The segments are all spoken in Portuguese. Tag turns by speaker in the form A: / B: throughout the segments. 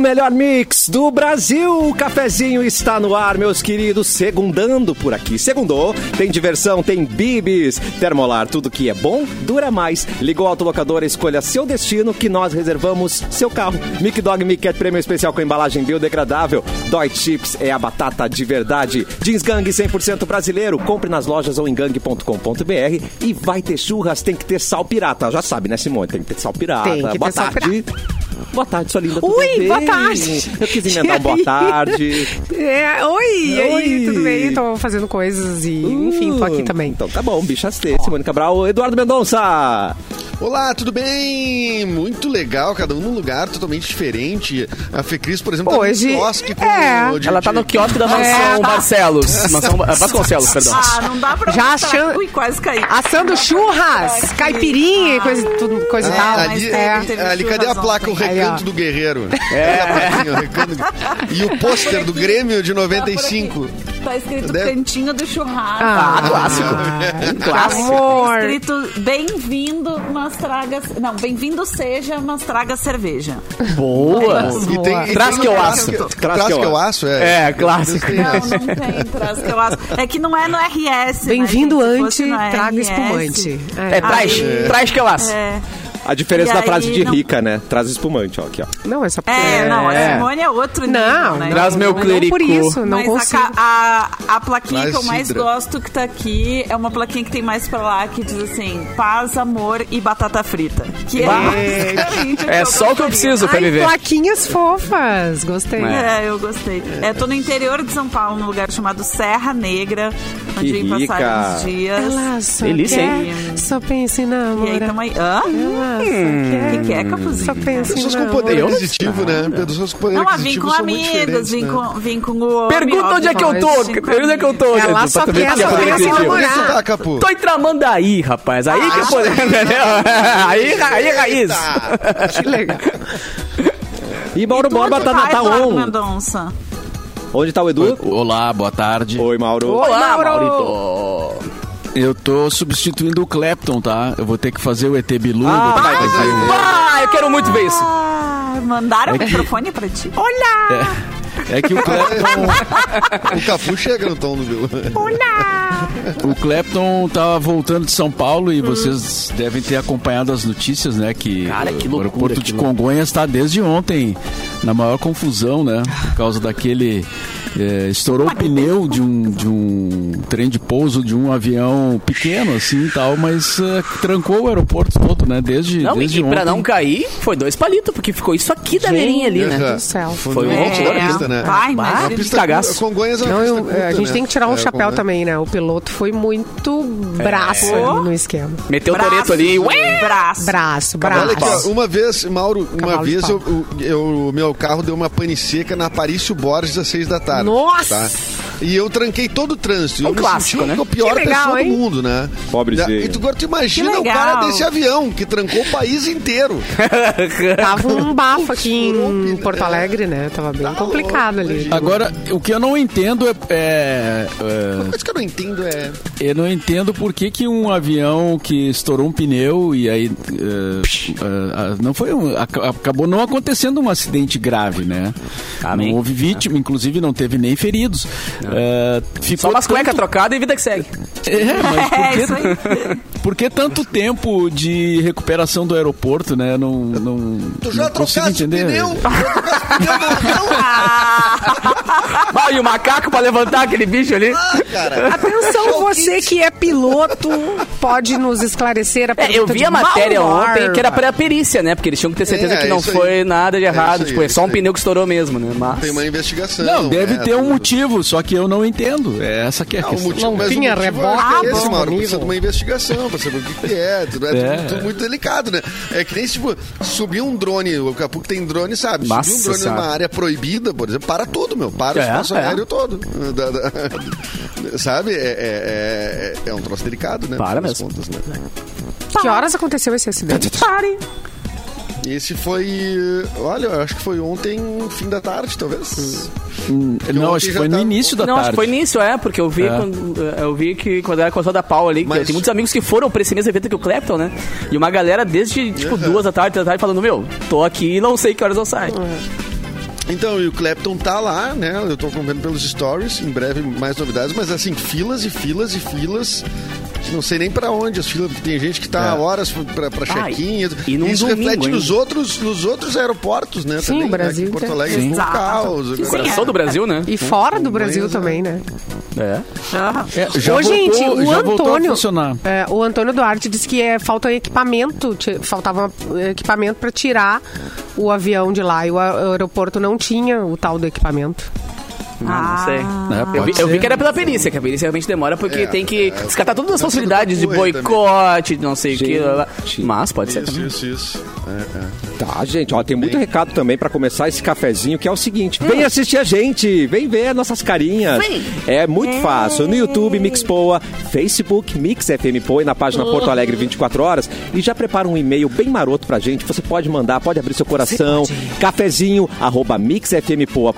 A: melhor mix do Brasil. O cafezinho está no ar, meus queridos. Segundando por aqui. Segundou, tem diversão, tem bibis. Termolar, tudo que é bom dura mais. Ligou o autolocador, escolha seu destino que nós reservamos seu carro. Mic Dog Mic Cat Prêmio Especial com embalagem biodegradável. Dói Chips é a batata de verdade. Jeans Gang 100% brasileiro. Compre nas lojas ou em gang.com.br e vai ter churras, tem que ter sal pirata. Já sabe, né, Simone? Tem que ter sal pirata.
B: Tem que ter
A: boa
B: sal
A: tarde. Boa tarde, sua linda. tudo
B: Ui,
A: bem?
B: boa tarde.
A: Eu quis emendar um boa
B: E aí?
A: tarde.
B: É, oi, e
A: Oi. Uh,
B: aí, tudo bem? Tô fazendo coisas e, enfim, tô aqui também.
A: Então tá bom, bicha T, Simone Cabral, Eduardo Mendonça.
C: Olá, tudo bem? Muito legal, cada um num lugar totalmente diferente. A Fecris, por exemplo,
B: Hoje,
C: tá no quiosque com
B: é.
C: o de-
D: Ela tá no
C: de-
D: quiosque da mansão
B: É.
D: Barcelos. Mansão Ba- Vasconcelos, perdão.
E: Ah, não dá pra
B: Já
E: mostrar.
B: achando-
E: Ui, quase caí. tá
B: Assando churras,
E: Ai,
B: caipirinha e
E: ah.
B: coisa, tudo, coisa e
C: Ah,
B: tal.
C: ali,
B: É.
E: teve
C: ali, cadê a
E: churras
C: placa? O
E: ontem.
B: Aí,
C: recanto
B: ó.
C: do guerreiro.
D: É.
C: Cadê a plaquinha, o recanto? E o pôster do Grêmio
D: Tá
C: de 95.
E: Tá escrito
C: Deve-
E: cantinho do churrasco.
B: Ah,
D: clássico.
C: Ah,
B: clássico. Amor.
E: Tá escrito bem-vindo, mas traga. Não, bem-vindo seja, mas traga cerveja.
D: Boa.
C: E tem- e
D: Traz
C: tem
D: que eu
C: um
D: aço.
C: Traz que eu aço, é.
D: É, clássico.
E: Não, não tem traz que eu acho. É que não é no RS. né,
B: Bem-vindo
E: gente? é Se
B: ante,
E: fosse no
B: traga
E: RS,
B: espumante.
D: É, traz,
E: Aí-
D: traz que eu aço.
E: É,
A: A diferença
E: E
A: da
E: aí,
A: frase de
E: não-
A: rica, né? Traz espumante, ó, aqui, ó.
B: Não, é só porque...
E: é, não, a
D: É.
E: Simone é outro nível,
B: Não,
E: né?
D: Traz meu
B: não
D: clericô.
B: por isso, não
E: Mas
B: consigo.
E: A, ca- a, a plaquinha
C: Traz
E: que eu mais
C: sidra.
E: gosto que tá aqui é uma plaquinha que tem mais pra lá que diz assim: paz, amor e batata frita. Que é,
D: Bah.
E: basicamente
D: É só o que eu
E: gostaria.
D: preciso pra
B: Ai,
D: viver.
B: plaquinhas fofas, gostei.
E: É, eu gostei. É, tô no interior de São Paulo, num lugar chamado Serra Negra, onde
A: Que
E: vim passar
A: rica.
E: uns dias.
B: Ela só
D: Delícia,
B: quer, só pensa em
E: E aí
B: namorar.
E: tamo aí. Hã?
B: Ela
D: Um
B: só
E: O
B: quer,
E: que, que é, Capuzinho?
B: só pensa em
C: Pessoas com poder
B: namorar.
D: Eu não
C: aquisitivo, né? Pessoas com poder
E: Não, mas vim
C: aquisitivo
E: com
C: são muito
E: amigos,
C: diferentes,
E: vim
C: né?
E: com, vim com o. homem,
D: Pergunta onde é que eu tô.
E: óbvio, com
D: Pergunta onde é que eu
E: amigos.
D: tô.
B: Ela
D: gente,
B: só
D: pra saber
B: quer,
D: que
B: só quer
D: poder
B: se
D: aquisitivo.
C: Por
B: namorar.
C: que você tá, Capu?
D: Tô em Tramandaí, rapaz. Aí que eu poder. aí, aí, raiz.
B: Que legal.
A: E Mauro
E: Tu onde
A: Borba tá, tá,
E: Eduardo
A: on.
E: Mendonça?
A: Onde tá o Edu?
F: Olá, boa tarde.
A: Oi, Mauro.
D: Olá,
B: Mauro.
D: Maurito.
F: Eu tô substituindo o Clapton, tá? Eu vou ter que fazer o ET Bilu.
A: Ah,
F: vou ter
A: vai
F: que fazer o-
D: Ah, eu quero muito ver isso.
E: Ah, mandaram o
F: que-
E: microfone pra ti.
F: É que o Clapton,
C: O Capu chega no tom do Bilu.
F: o Clapton tá voltando de São Paulo
D: Hum.
F: e vocês devem ter acompanhado as notícias, né? Que,
D: Cara, que
F: o
D: loucura,
F: aeroporto
D: que
F: de
D: loucura.
F: Congonhas tá desde ontem na maior confusão, né?
D: Ah.
F: Por causa daquele... é, estourou o pneu de um, de um trem de pouso de um avião pequeno, assim e tal, mas é, trancou o aeroporto todo, né? Desde,
D: Não,
F: desde
D: e
F: ontem.
D: pra não cair, foi dois palitos, porque ficou isso aqui da beirinha ali, né?
C: Exato.
B: do céu.
D: Foi um
C: uma
D: monte de
C: pista,
D: artista,
C: né?
E: É, Vai,
D: Bah,
E: mas
D: que
E: ele-
D: pista cagaço.
C: Congonhas é uma
B: Não,
C: pista
B: eu-
C: curta,
B: a gente
C: né?
B: tem que tirar um
C: É,
B: chapéu
C: Congonhas-
B: também, né? O piloto foi muito braço
E: É.
B: ali no esquema.
D: Meteu o Toreto um ali. Ué!
E: Braço.
B: Braço,
C: Olha aqui, ó,
B: braço.
C: uma vez, Mauro, uma
B: Cavalo de
C: vez
B: pau.
C: eu, eu- o meu carro deu uma pane seca na Aparício Borges às seis da tarde. tá?
B: Nossa!
C: E eu tranquei todo o trânsito.
D: É um
C: eu me
D: clássico,
C: senti
D: né?
C: a pior
B: Que legal,
C: pessoa
B: hein?
C: do mundo, né?
A: Pobrezinho.
C: E tu, agora tu imagina
E: Que
C: o cara
E: legal.
C: desse avião que trancou o país inteiro.
B: Tava um bafo aqui em
C: Furou,
B: Porto
C: é.
B: Alegre, né? Tava bem
C: Tá
B: complicado
C: louco,
B: ali.
C: imagina.
F: Agora, o que eu não entendo é. é,
C: Uma coisa que eu não entendo é...
F: é, eu não entendo por que, que um avião que estourou um pneu e aí. é, é, não foi um, aca- acabou não acontecendo um acidente grave, né?
D: Amém.
F: Não houve vítima, inclusive não teve nem feridos. É,
D: Ah.
F: ficou
D: Só umas
F: tanto-
D: cuecas trocadas e vida que segue.
F: É, mas por
E: É,
F: que-
E: isso aí.
F: por que tanto tempo de recuperação do aeroporto, né? Não, não,
C: Tu já
F: não consigo
C: trocaste o
F: entender. né?
C: pneu? Já trocaste o pneu do avião?
D: Ah, e o macaco pra levantar aquele bicho ali.
C: cara.
B: Atenção, você que é piloto, pode nos esclarecer a
D: É,
B: pergunta
D: eu vi
B: Tá de
D: a matéria
B: Mauro
D: ontem que era
B: Borba.
D: pra perícia, né? Porque eles tinham que ter certeza
C: É,
D: que não
C: isso aí.
D: foi nada de
C: É
D: errado.
C: isso aí,
D: tipo, é
C: é
D: só um
C: isso aí.
D: pneu que estourou mesmo, né? Mas...
C: Tem uma investigação.
F: Não, deve
C: né?
F: ter um motivo, só que eu não entendo. É essa que é a
C: Ah, o
F: questão.
C: motivo, mas
B: Tinha
C: o motivo
B: reboque,
C: acho que é esse,
B: bom,
C: Mauro.
B: nível.
C: Precisa de uma investigação pra saber o que, que é. Tudo, é,
F: É.
C: Tudo, tudo muito delicado, né? É que nem tipo, subir um drone, o Capu que tem drone, sabe?
D: Nossa
C: subir um drone
D: Senhora.
C: numa área proibida, por exemplo, para tudo, meu. Para o
D: É,
C: espaço
D: é.
C: aéreo todo. Da- da- sabe? É, é- é- é um troço delicado, né?
D: Para
C: No fim das
D: mesmo.
C: Contas, né?
B: Que horas aconteceu esse acidente?
E: Pare.
C: Esse foi. Olha, eu acho que foi ontem, fim da tarde, talvez.
F: Não,
C: ontem
F: acho que
C: já
F: foi no
C: tá-
F: início da
D: Não, acho
F: tarde.
D: que foi nisso, é, porque eu vi,
F: É.
D: Quando, eu vi que quando era com a da pau ali, que
C: Mas-
D: tem muitos amigos que foram pra esse mesmo evento que o Clapton, né? E uma galera desde, tipo,
C: Uhum.
D: duas da tarde, três da tarde, falando, meu, tô aqui e não sei que horas eu saio.
C: Então, e o Clapton tá lá, né? Eu tô acompanhando pelos stories, em breve mais novidades, mas assim, filas e filas e filas. que Não sei nem pra onde as filas, porque tem gente que tá horas pra, pra
D: Ah,
C: check-in.
D: É. e num
C: Isso
D: domingo,
C: reflete
D: hein?
C: nos outros, nos outros aeroportos, né?
B: Sim,
C: também,
B: o Brasil
C: Né? Que Porto
B: tem-
C: Alegre é um
E: Exato.
C: caos.
E: Sim,
C: agora.
E: é.
D: Coração do Brasil, né?
B: E fora do
C: Com
B: Brasil
C: mais,
B: também, né?
D: É.
E: Ah,
F: É, já
B: Ô,
F: voltou,
B: gente, o
F: já voltou a
B: Antônio-
F: funcionar.
B: É, o Antônio Duarte disse que é, falta equipamento, ti- faltava eh, equipamento para tirar o avião de lá e o a- aeroporto não tinha o tal do equipamento.
D: Ah, não sei.
F: É,
D: Eu
F: pode
D: vi, eu vi
F: ser.
D: que era pela perícia, que a perícia realmente demora porque
C: É,
D: tem que
C: é,
D: descartar todas as
C: tá sendo
D: possibilidades de
C: muito ruim também.
D: boicote, de não sei o que. lá, lá.
A: Gente.
D: Mas pode ser
C: Isso,
D: também.
C: isso, isso. É, é.
A: Tá, gente, ó, tem muito recado também pra começar esse cafezinho, que é o seguinte:
D: Hum.
A: vem assistir a gente, vem ver nossas carinhas. É muito fácil. No YouTube, Mixpoa, Facebook, Mix FM Poa e na página Porto Alegre 24 horas. E já prepara um e-mail bem maroto pra gente. Você pode mandar, pode abrir seu coração. Cafezinho, arroba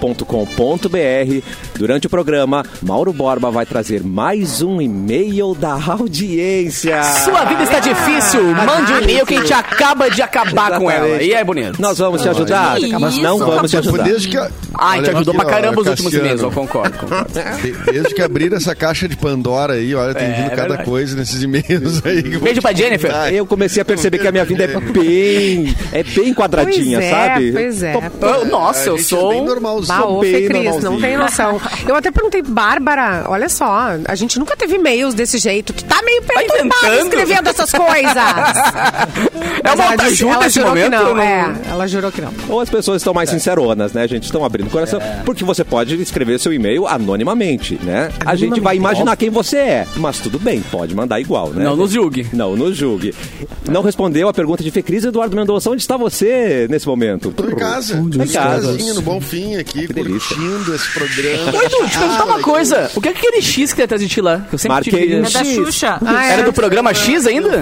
A: mixfmpoa.com.br. Durante o programa, Mauro Borba vai trazer mais um e-mail da audiência.
D: Sua vida
C: Ah.
D: está difícil, mande um e-mail que a gente acaba de acabar com ela.
A: Exatamente.
D: E é bonito.
A: Nós vamos te ajudar,
E: Isso,
A: mas não vamos te ajudar.
C: Desde que.
D: Ah, a
C: Olha
D: gente ajudou
C: aqui,
D: pra
C: ó,
D: caramba os últimos
C: Cassiano.
D: e-mails, eu concordo. concordo.
C: De- Desde que abriram essa caixa de Pandora aí, olha, tem
D: É,
C: vindo cada
D: verdade.
C: coisa nesses e-mails aí. que eu vou
D: Beijo pra Jennifer.
C: te dar.
A: Eu comecei a perceber que a minha vida é bem, é bem quadradinha,
B: pois é,
A: sabe? Então,
B: Pois é.
D: Eu-
C: A
D: nossa, eu
C: gente
D: sou.
C: É bem
D: um-
C: normalzinho.
B: Bah, ô,
A: bem
B: Fê Cris, não
A: normalzinho.
B: tem noção. Eu até perguntei, Bárbara, olha só, a gente nunca teve e-mails desse jeito. Tu tá meio perturbada
D: inventando?
B: escrevendo essas coisas.
D: É
B: Mas
D: uma
B: ela, disse- ela
D: ajuda esse
B: jurou
D: momento.
B: que não.
D: não-
B: É, ela jurou que não.
A: Ou as pessoas estão
D: É.
A: mais sinceronas, né, gente? Estão abrindo o coração. Porque você pode escrever seu e-mail anonimamente, né? A gente vai imaginar quem você é. Mas tudo bem, pode mandar igual, né?
D: Não nos julgue.
A: Não nos julgue. Não respondeu a pergunta de Fê Cris Eduardo Mendonça. Onde está você nesse momento?
C: Tô em casa.
A: Tô em casa.
C: casinha, no Bom Fim aqui,
A: delícia.
C: curtindo esse programa.
D: Oi, Edu, te perguntar
C: Ah,
D: uma coisa. O que é aquele X que tem atrás de ti lá? Que Eu sempre
A: Marquei
D: tive-
A: um
E: é da
A: X.
E: Xuxa.
B: Ah,
D: Era
B: é.
D: do programa X ainda?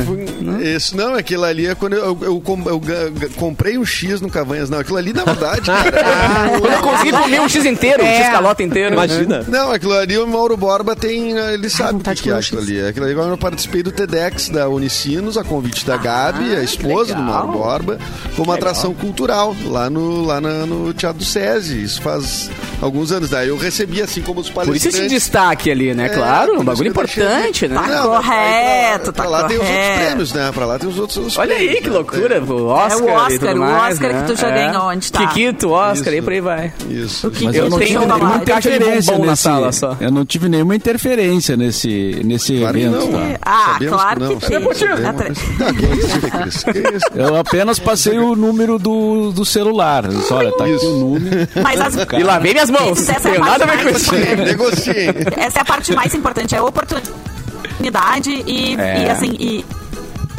C: Isso, não, aquilo ali é quando eu, eu, com- eu ga- ga- comprei um X no Cavanhas. Não, aquilo ali, na verdade, cara, é
D: Quando eu consegui comer um X inteiro, um
B: É.
D: X calota inteiro. né?
A: Imagina.
C: Não, aquilo ali o Mauro Borba tem. Ele sabe o que,
B: vontade
C: que
B: de
C: é
B: comer
C: aquilo
B: X.
C: ali. Aquilo ali quando eu participei do TEDx da Unicinos, a convite da Gabi, a esposa do Mauro Borba, como atração cultural, lá no, lá na- no Teatro do SESI. Isso faz alguns anos. Daí eu recebi, assim como os
D: Por isso
C: palestrantes.
D: esse destaque ali, né?
C: É,
D: claro, um
C: por isso
D: bagulho
C: que eu deixei
D: importante,
C: ali.
D: né?
C: Não,
E: Tá
C: mas aí pra-
E: correto, tá
C: pra lá tem os outros
E: correto.
C: prêmios, né? Pra lá tem os outros os
D: Olha aí
C: prêmios,
D: que
C: né?
D: loucura, o
E: É,
D: Oscar.
E: o
D: e tudo
E: Oscar, o
D: mais,
E: Oscar
D: né?
E: que tu já ganhou, onde tá?
D: Kikito, Oscar,
C: Isso.
D: e por aí vai.
C: Isso. isso.
F: Mas
D: Eu
F: eu, não
D: tenho
F: tive
D: uma
F: nenhuma
D: caixa de
F: interferência
D: bombom na
F: nesse,
D: sala só.
F: Eu não tive nenhuma interferência nesse, nesse
C: Claro que
F: evento.
C: não. né?
F: tá?
E: Ah,
C: Sabemos
E: claro
C: que não.
E: que teve.
C: Sabemos.
E: Atra-
C: Não, que isso, Cris? Que isso?
F: Eu apenas passei o número do, do celular. Eu disse, Olha, tá aqui
C: Isso.
F: o número.
E: Mas assim, as-
D: E lá vem minhas mãos.
E: Essa é a
D: Tenho
E: parte
D: nada a ver com
E: mais-
D: isso.
C: Sim, Negociem.
E: essa é a parte mais importante, é a oportunidade e,
D: É.
E: e, assim, e,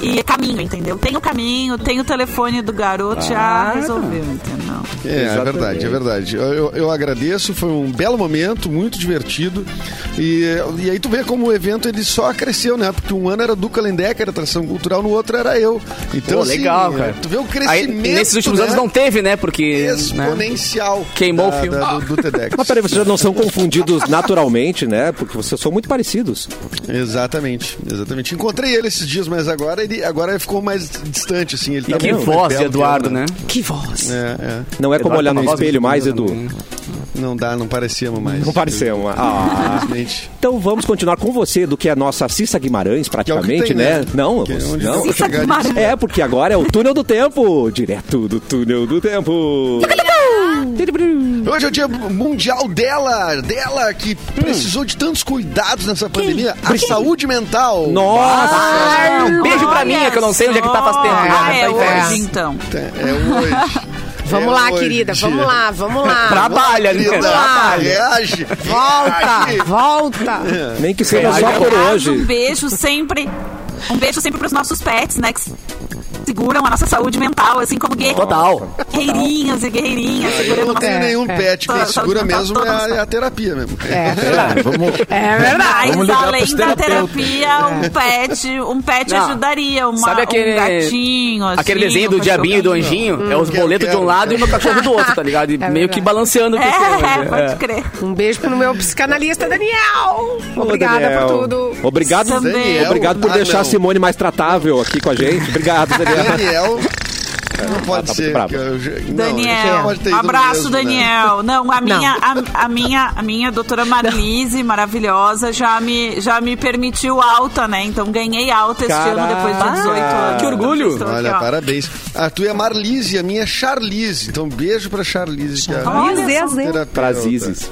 E: e é caminho, entendeu? Tem o caminho, tem o telefone do garoto, já resolveu, entendeu?
C: É, é verdade, é verdade. Eu, eu- eu agradeço, foi um belo momento, muito divertido. E, e aí tu vê como o evento ele só cresceu, né? Porque um ano era do Kalendec, era atração cultural, no outro era eu. Então,
D: Pô,
C: assim,
D: legal, cara.
C: tu vê o
D: Aí,
C: crescimento.
D: nesses últimos
C: né?
D: anos não teve, né? Porque. Né?
C: exponencial.
D: Queimou
C: da-
D: o fio.
C: da- do, do TEDx.
A: Mas peraí, vocês já não são confundidos naturalmente, né? Porque vocês são muito parecidos.
C: Exatamente, exatamente. Encontrei ele esses dias, mas agora ele agora ele ficou mais distante, assim. Ele
D: E
C: tá
D: que
C: muito mais
D: voz de
C: belo que eu,
D: Eduardo, né?
B: Que voz.
C: É, é.
A: Não é como
D: Eduardo né?
A: olhar no
D: Barbosa,
A: espelho mais,
D: Eduardo
A: Edu.
C: Não dá, não parecemos mais.
A: Não pareceu uma. Ah.
C: Infelizmente.
A: Então vamos continuar com você, do que é a nossa Cissa Guimarães, praticamente,
C: Que é o que tem,
A: né?
C: né?
A: Não,
C: Que é onde
A: não.
C: eu vou chegar
E: Cissa Guimarães.
A: É, porque agora é o túnel do tempo. Direto do túnel do tempo.
C: Hoje é o dia mundial dela, dela que precisou de tantos cuidados nessa pandemia. A saúde mental.
A: Nossa!
D: Um beijo pra mim, é que eu não sei onde é que tá faz tempo.
E: Ah,
D: já,
E: é
D: tá em férias.
E: hoje, então.
C: É hoje.
B: Vamos
C: É
B: lá,
C: hoje.
B: querida, vamos lá, vamos lá.
E: Ah,
D: Trabalha, né?
C: Querida,
D: Trabalha.
C: reage.
B: Volta,
C: Reage.
B: volta.
A: Nem que seja
D: Ai,
A: só
D: meu
A: por
E: Aliás, Um
A: hoje.
E: beijo sempre. Um beijo sempre pros nossos pets, né? Que seguram a nossa saúde mental, assim como
D: Total.
E: guerreirinhos e guerreirinhas
C: Eu
E: segurando a
C: não
E: nossa
C: tenho nenhum pet, quem
E: Saúde
C: segura
E: mental
C: mesmo é a,
E: toda.
C: é a terapia mesmo.
F: É, vamos-
B: É verdade.
E: Mas
F: Vamos ligar pros
E: além da
F: terapeutas.
E: terapia,
C: É.
E: um pet, um pet
D: Não.
E: ajudaria, uma,
D: Sabe aquele-
E: um gatinho, assim,
D: Aquele desenho
E: um
D: do
E: cachorro.
D: diabinho e do anjinho é os
C: quero,
D: boletos de um
C: quero,
D: lado e o meu cachorro do outro, tá ligado? E meio que
B: verdade.
D: balanceando o que
E: É,
D: que
E: pode crer.
B: Um beijo pro meu psicanalista, Daniel. Obrigada
A: Daniel.
B: por tudo.
A: Obrigado,
E: Também.
A: Obrigado por
C: Ah,
A: deixar
C: não.
A: a Simone mais tratável aqui com a gente. Obrigado, Daniel.
C: Daniel.
A: Ah,
C: Não pode
A: tá muito
C: ser.
A: brava.
C: que eu já- não,
E: Daniel,
C: não pode ter ido
E: abraço,
C: mesmo, né?
E: Daniel. Não, a minha, a, a minha, a minha doutora Marlise, maravilhosa, já me, já me permitiu alta, né? Então ganhei alta este ano depois de
A: Caraca.
E: 18 anos.
D: Que orgulho.
E: Então, estou
C: Olha,
E: aqui, ó.
C: parabéns. A tua é Marlise, a minha é Charlize. Então, beijo pra Charlize. que é a
E: Olha
G: Zez, né?
C: terapeuta.
A: Prazizes.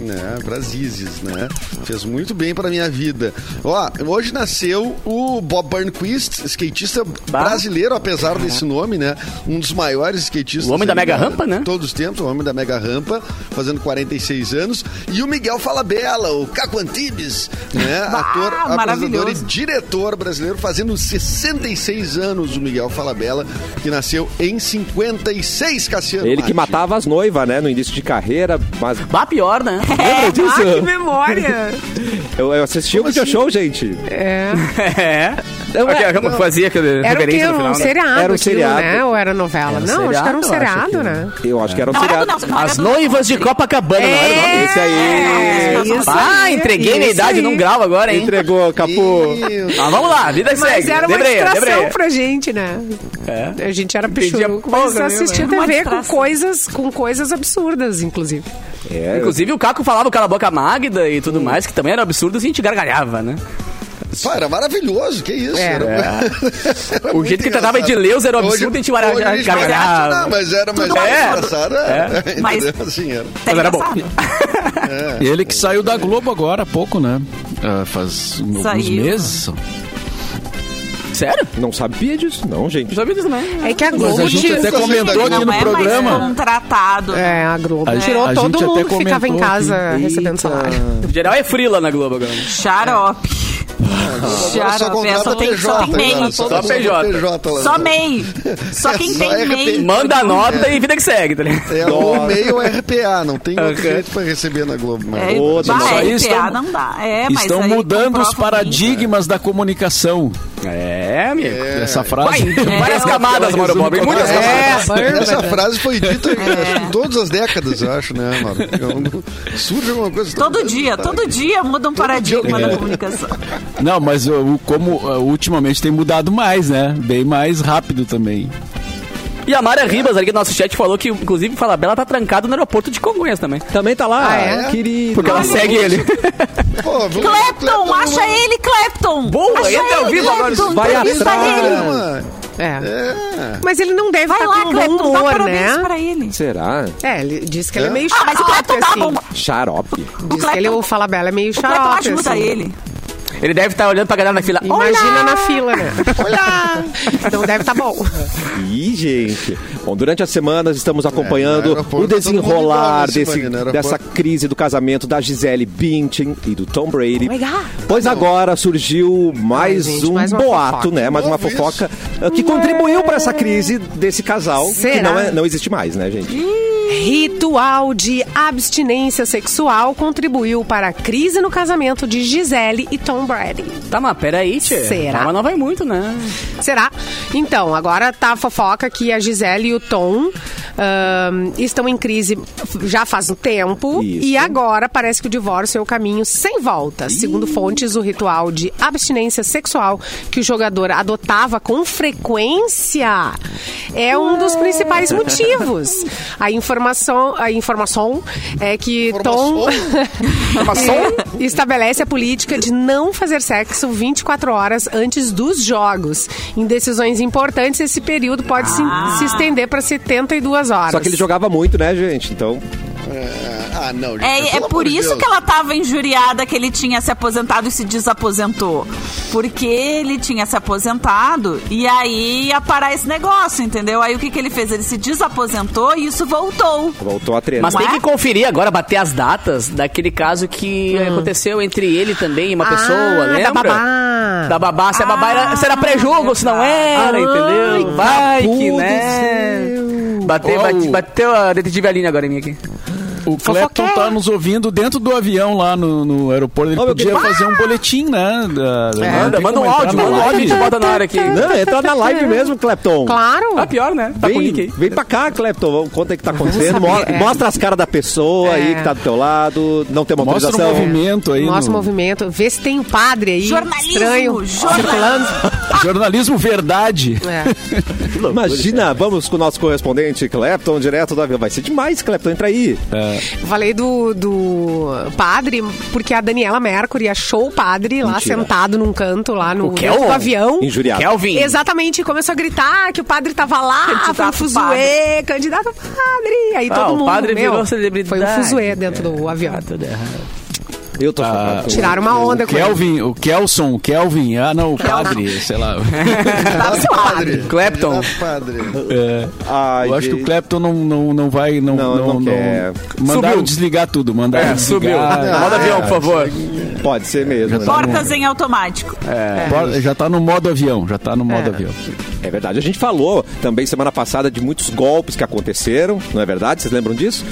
C: né? Prazizes, né? Fez muito bem pra minha vida. Ó, hoje nasceu o Bob Burnquist, skatista brasileiro, apesar desse nome, né? Um dos maiores skatistas.
D: O homem da
C: aí,
D: mega rampa, né?
C: Todos os tempos, o homem da mega rampa, fazendo 46 anos. E o Miguel Falabella, o Caco Antibes, né? Ator, apresentador e
E: maravilhoso.
C: diretor brasileiro, fazendo 66 anos o Miguel Falabella, que nasceu em 56, Cassiano.
A: Ele que
C: Martins.
A: matava as noivas, né? No início de carreira, mas.
D: Bah, pior, né?
E: É,
A: Lembra disso?
B: Ah, que memória!
A: Eu, eu assisti o
C: Como
A: video
C: assim?
A: show, gente.
B: É.
D: É.
A: Não, é-
D: Aquela que fazia aquele
B: Era o quê?
D: referência
B: Um
D: no final, né?
B: seriado,
A: Era um
B: aquilo,
A: seriado.
B: né? Ou era novela? não, acho que era um
D: seriado, eu acho
B: seriado,
D: aquilo.
B: né?
A: Eu acho que era um
E: Não, era do
A: seriado.
E: Nelson, não, era
D: As
E: do
D: noivas de Copacabana, não era o
B: É.
D: nome?
A: Esse aí.
E: Nelson.
B: isso
D: Ah,
B: aí,
D: entreguei minha
B: isso
D: idade
B: aí.
D: num grau agora, hein?
A: Entregou, capô.
C: Meu
D: Ah, vamos lá, vida
B: Mas
D: segue.
B: era uma
D: Debreia,
B: distração
D: debreia. É.
B: pra gente, né? A gente era
D: Entendia
B: pichuruco,
D: porra né,
B: mas
D: nenhuma.
B: assistia
E: Era uma
B: TV com
E: distração.
B: coisas, com coisas absurdas, inclusive.
A: É, eu-
D: Inclusive o Caco falava cala a boca Magda e tudo mais, que também era um absurdo e a gente gargalhava, né?
C: Pá, era maravilhoso, que isso.
B: É.
C: Era, era
D: O
C: muito
D: jeito que tratava
C: engraçado.
D: de ler os era um
C: Hoje-
D: absurdo e a gente era-
C: hoje a gente
D: gargalhava.
C: não, mas era mais
D: Tudo é.
C: engraçado. era.
E: Mas-
C: Entendeu? Assim, era.
E: Tá
D: Mas era bom.
F: E ele que saiu da Globo agora há pouco, né? Ah, faz alguns
E: Saiu.
F: meses.
D: Sério?
A: não sabia disso, não, gente.
D: Os amigos também.
B: É que a
F: Mas
B: Globo
F: a gente
B: tirou-
F: até
C: Não,
F: comentou aqui
E: Não
F: no
E: é mais
F: programa.
E: contratado. né?
B: É, a Globo
F: A-
B: tirou
F: a
B: todo
F: gente
B: mundo
F: até
B: que ficava em
F: comentou
B: casa
F: aqui.
B: recebendo salário.
D: Em geral é frila na Globo agora.
E: Xarope.
C: Agora só
E: Xarope. Essa
C: É. contrata um né?
E: tem
C: PJ.
E: só tem
C: agora,
E: MEI.
D: só PJ.
C: lá.
E: Só MEI. Só quem
C: tá Só é
E: tem
C: RP.
E: MEI.
D: Manda a nota e vida que segue, tá ligado?
C: É ou MEI ou RPA, não tem outro
D: Aham.
C: jeito pra receber na Globo. né? Mas...
E: É,
A: Ô,
E: bah,
A: não.
F: Só
E: RPA
F: isso estão-
E: não dá. É, mas
F: Estão
E: aí
F: mudando
E: comprova o
F: os
E: nível.
F: paradigmas da comunicação.
D: É, amigo.
F: Essa
D: Vai,
F: frase.
D: várias camadas, Mauro Bob. em Muitas
C: É,
D: camadas.
C: essa, essa frase foi dita
E: É.
C: acho que em todas as décadas, eu acho, né, Mauro? Eu- Surge alguma coisa. tá?
E: Todo dia, todo dia muda um paradigma
C: dia.
E: na comunicação.
F: Não, mas o, o- como ah, ultimamente tem mudado mais, né? Bem mais rápido também.
D: E a Mara Ribas ali do nosso chat falou que, inclusive, fala Bela tá trancado no aeroporto de Congonhas também.
A: Também tá lá,
B: Ah, é?
A: querido.
D: Porque ela segue ele.
C: Pô, vamos-
E: Clepton, acha
C: vamos-
E: ele, Clepton!
D: Boa,
E: acha
D: entra ao vivo agora,
E: Clapton,
A: vai
E: entrevista
A: atrás.
E: ele.
C: Programa.
B: É.
C: É.
B: Mas ele não deve
E: Vai
B: estar
E: lá,
B: com um bom
E: Clepton, dá
B: humor,
E: parabéns
B: né?
E: pra ele.
A: Será?
B: É, ele diz que ele é meio
E: Ah, mas o
B: xarope,
E: Clepton tá bom.
B: assim.
A: Xarope.
B: Diz que ele, o Falabella, é meio
E: O Clepton
B: xarope,
E: ajuda
B: assim.
E: ele.
D: Ele deve estar olhando pra galera na fila.
B: Imagina na fila, né? Então deve tá bom.
A: Ih, gente. Bom, durante a semana estamos
C: É, no
A: acompanhando
C: aeroporto
A: o desenrolar
C: todo mundo igual, né,
A: desse,
C: Simone? No aeroporto.
A: dessa crise do casamento da Gisele Bündchen e do Tom Brady. pois agora surgiu mais
B: Oh Ai, gente,
A: um
B: mais uma
A: boato,
B: fofoca.
A: né? Mais uma
C: Novo isso.
A: fofoca eh, que contribuiu para essa crise desse casal que
B: Será?
A: não, é- não existe mais, né, gente?
B: Ritual de abstinência sexual contribuiu para a crise no casamento de Gisele e Tom Brady.
D: Tá, mas peraí, tchê.
B: Será?
D: Tá, mas não vai muito, né?
B: Será? Então, agora tá a fofoca que a Gisele e o Tom ahn, estão em crise já faz um tempo.
A: Isso.
B: E agora parece que o divórcio é o caminho sem volta. Segundo fontes, o ritual de abstinência sexual que o jogador adotava com frequência é um dos principais motivos. A informação, a informação é que Tom.
C: É.
B: E estabelece a política de não fazer sexo 24 horas antes dos jogos. Em decisões importantes, esse período pode se-
D: Ah.
B: se, estender para 72 horas.
A: Só que ele jogava muito, né, gente? Então,
C: Ah, não, gente,
E: É, é
C: pelo amor
E: por
C: de
E: isso
C: Deus.
E: que ela tava injuriada que ele tinha se aposentado e se desaposentou. Porque ele tinha se aposentado e aí ia parar esse negócio, entendeu? Aí o que, que ele fez? Ele se desaposentou e isso voltou.
A: voltou a treinar.
D: Mas tem
E: Não é?
D: que conferir agora, bater as datas daquele caso que aconteceu entre ele também e uma
B: Ah,
D: pessoa,
B: da
D: lembra?
B: babá.
D: Da babá. Ah, Se a babá era, se era pré-jogo, se não era, entendeu? Vai que, né? Bateu,
F: Oh.
D: bate- bateu a detetive Aline agora em mim aqui.
F: O Clepton
B: Fofoqueira.
F: tá nos ouvindo dentro do avião lá no, no aeroporto. Ele
A: Ô, meu
F: podia
A: querido.
F: fazer um boletim, né? Da, da- não
D: Manda,
F: tem
D: manda um
F: como entrar
D: áudio, manda um
F: na
D: áudio, a
F: live.
D: gente bota na hora aqui.
A: Não, entra na live mesmo, Clepton.
B: Claro.
D: Tá pior, né? Tá com o link
A: Vem,
D: aí.
A: vem pra cá, Clepton. Vamos- Conta o que tá acontecendo.
B: saber,
A: Mostra,
B: é.
A: mostra as caras da pessoa aí que tá do teu lado. Não tem uma
F: Mostra o
A: autorização.
F: movimento aí.
B: Nosso
F: no-
B: movimento. Vê se tem um padre aí.
E: Jornalismo,
B: Estranho.
E: jornalismo.
B: Circulando.
F: Jornalismo verdade.
B: É.
A: Imagina, vamos com o nosso correspondente Clepton, direto do avião. Vai ser demais, Clepton, entra aí.
F: É.
B: Falei do, do padre, porque a Daniela Mercury achou o padre lá
A: Mentira.
B: sentado num canto lá no
D: O que é
B: dentro do
D: o-
B: avião.
A: Injuriado.
D: Kelvin.
B: Exatamente, e começou a gritar que o padre tava lá,
E: Candidato
B: foi um fuzuê, candidato a padre. Aí
D: Ah,
B: todo
D: o
B: mundo,
D: padre
B: meu,
D: virou celebridade.
B: foi um fuzuê dentro do avião.
A: Eu
F: Ah,
A: tô chocado.
B: Tiraram uma onda com ele.
F: Kelvin, o Kelson, o Kelvin, ah não, o padre, sei lá.
C: Candidato
E: é
C: padre.
D: Clapton.
C: Candidato padre.
F: É,
A: Ai,
F: eu acho que o
A: gente.
F: Clapton não, não, não vai. Não,
A: Não,
F: não,
A: não quer.
F: Mandaram
D: Subiu.
F: desligar tudo, mandaram
D: É, subiu.
F: desligar.
D: Moda avião, por favor.
A: Pode ser mesmo. né?
E: Portas em automático.
D: É.
F: Bora- Já tá no modo avião, já tá no modo avião.
A: É verdade. A gente falou também semana passada de muitos golpes que aconteceram, não é verdade? Vocês lembram disso?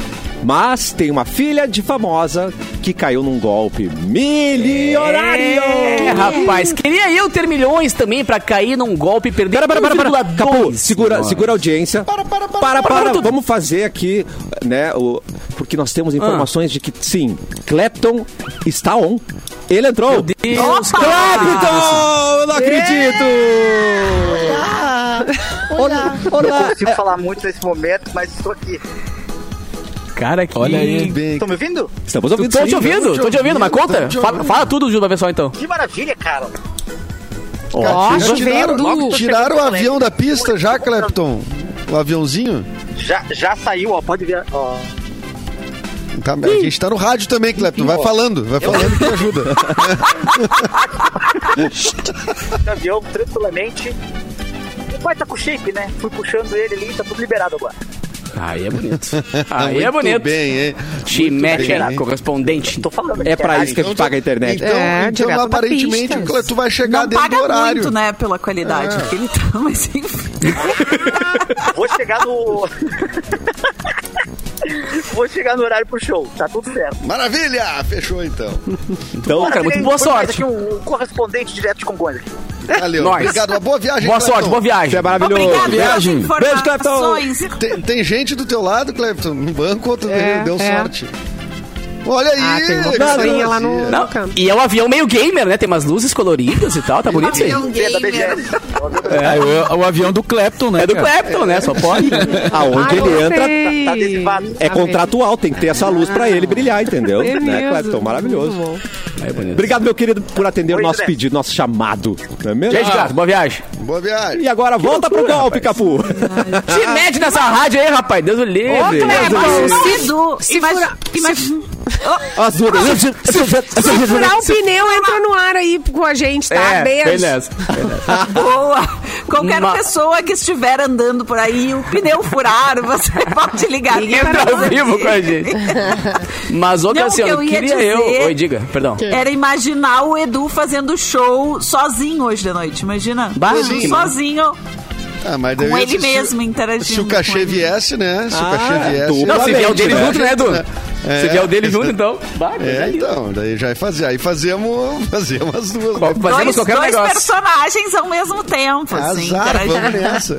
A: Mas tem uma filha de famosa que caiu num golpe milionário.
D: É, rapaz, queria eu ter milhões também pra cair num golpe e perder
A: Pera, pera, pera, pera.
D: 1,2
A: Capu, segura,
D: milhões.
A: segura a audiência. Para, para, para. para,
D: tudo.
A: Vamos fazer aqui, né? O, porque nós
D: Ah.
A: temos informações de que, sim, Clapton está on. Ele entrou.
D: Meu Deus,
E: Opa!
A: Clapton! Eu não acredito!
G: Olá.
A: Olá.
G: Não consigo falar muito nesse momento, mas estou aqui.
D: cara, que...
F: Olha aí.
C: Bem,
G: Estão me ouvindo?
A: Estamos ouvindo.
D: Tô
A: sim.
D: te ouvindo, tô te ouvindo, mas conta.
C: tô te
D: Fala, fala tudo junto pra pessoal, então.
G: Que maravilha, cara.
B: Ó,
C: tiraram,
B: chovendo.
C: tiraram o avião da pista já, Clepton? O aviãozinho?
G: Já, já saiu, ó. Pode ver. Ó.
C: Tá, a gente tá no rádio também, Clepton. Vai falando, vai falando que ajuda.
G: Avião tranquilamente. O pai tá com shape, né? Fui puxando ele ali, tá tudo liberado agora.
D: Aí é bonito. Aí é
C: Muito
D: bonito.
C: bem, hein?
D: Te mexe
C: bem,
D: lá,
C: hein?
D: correspondente.
G: Tô falando.
A: É pra
G: caralho.
A: isso que a gente paga a internet.
C: Então,
B: É,
C: então
B: direto da
C: aparentemente,
B: pista.
C: o Clepton vai chegar
E: Não
C: dentro
E: paga
C: do horário.
E: muito, né, pela qualidade que ele tá, mas enfim.
G: Vou chegar no. Vou chegar no horário pro show. Tá tudo certo.
C: Maravilha! Fechou então.
A: Então,
D: cara, muito boa
G: Foi mais
D: sorte.
G: Aqui, um, um correspondente direto de Congonhas.
C: Valeu.
D: Nós.
C: Obrigado, uma boa viagem.
D: Boa
C: Clepton.
D: sorte, boa
A: isso
D: viagem.
A: é maravilhoso.
E: Obrigado pelas
F: Viagem.
A: Beijo, Clepton.
E: informações.
C: Tem, tem gente do teu lado, Clepton, no banco, ou tu
B: É,
C: deu
B: é.
C: sorte. Olha aí!
B: Ah, tem uma
C: cara,
B: pessoinha lá no-
C: assim,
D: Não,
B: Bacana.
D: e é um avião meio gamer, né? Tem umas luzes coloridas e tal, tá bonito isso aí.
G: É da BGS.
F: É, o, o avião do Clapton, né?
D: É do
F: cara?
D: Clapton, né? Só pode.
A: aonde
B: Ai,
D: Ah,
A: ele entra,
B: gostei.
G: Tá adesivado.
A: é contratual. Tem que ter essa luz pra ele brilhar, entendeu?
B: É
A: Né,
B: mesmo.
A: Clepton? Maravilhoso.
B: Muito bom.
D: É bonito.
A: Obrigado, meu querido, por atender o
G: Pois
A: nosso
G: é.
A: pedido, nosso chamado. Não é mesmo?
C: Ah.
D: Gente, gato, boa viagem.
C: Boa viagem.
A: E agora volta pro golpe, Capu.
D: Te
C: Ah.
D: mete nessa rádio aí, rapaz. Deus o livre.
B: Ô,
E: é
B: Clepton,
D: Deus o livre.
E: Mas, Edu,
B: se
E: imagi-
B: furar-
E: imagina-
B: Se
A: né?
B: furar o pneu, entra no ar aí com a gente, tá?
D: É,
B: Beijo.
D: beleza.
E: Boa! Qualquer
D: Uma-
E: pessoa que estiver andando por aí, o pneu furar, você pode ligar.
D: Entra ao tá vivo com a gente. Mas, ô,
E: Não, o que
D: Cassiano,
E: eu ia
D: queria
E: dizer-
D: eu... Oi, diga, perdão.
E: Era imaginar o Edu fazendo show sozinho hoje de noite, imagina?
D: Bah,
E: Edu
D: que massa.
E: sozinho,
C: Ah, mas
E: com
C: deve-
E: ele
C: se-
E: mesmo interagindo.
C: Se o
E: com
C: cachê
E: ele.
C: viesse, né? Se o
A: Ah,
C: cachê viesse.
A: dupla
D: Não, se vier o dele
C: né?
D: junto, né, Edu?
C: É.
D: Se vier o dele junto, então... Bah, coisa
C: É,
D: linda.
C: então, daí já fazia. Aí fazemos, fazemos as duas.
D: Qual-
C: né?
D: Fazemos
E: Dois,
D: qualquer
E: dois
D: negócio.
E: personagens ao mesmo tempo, assim,
C: Azar, vamos
E: interagindo.
C: nessa.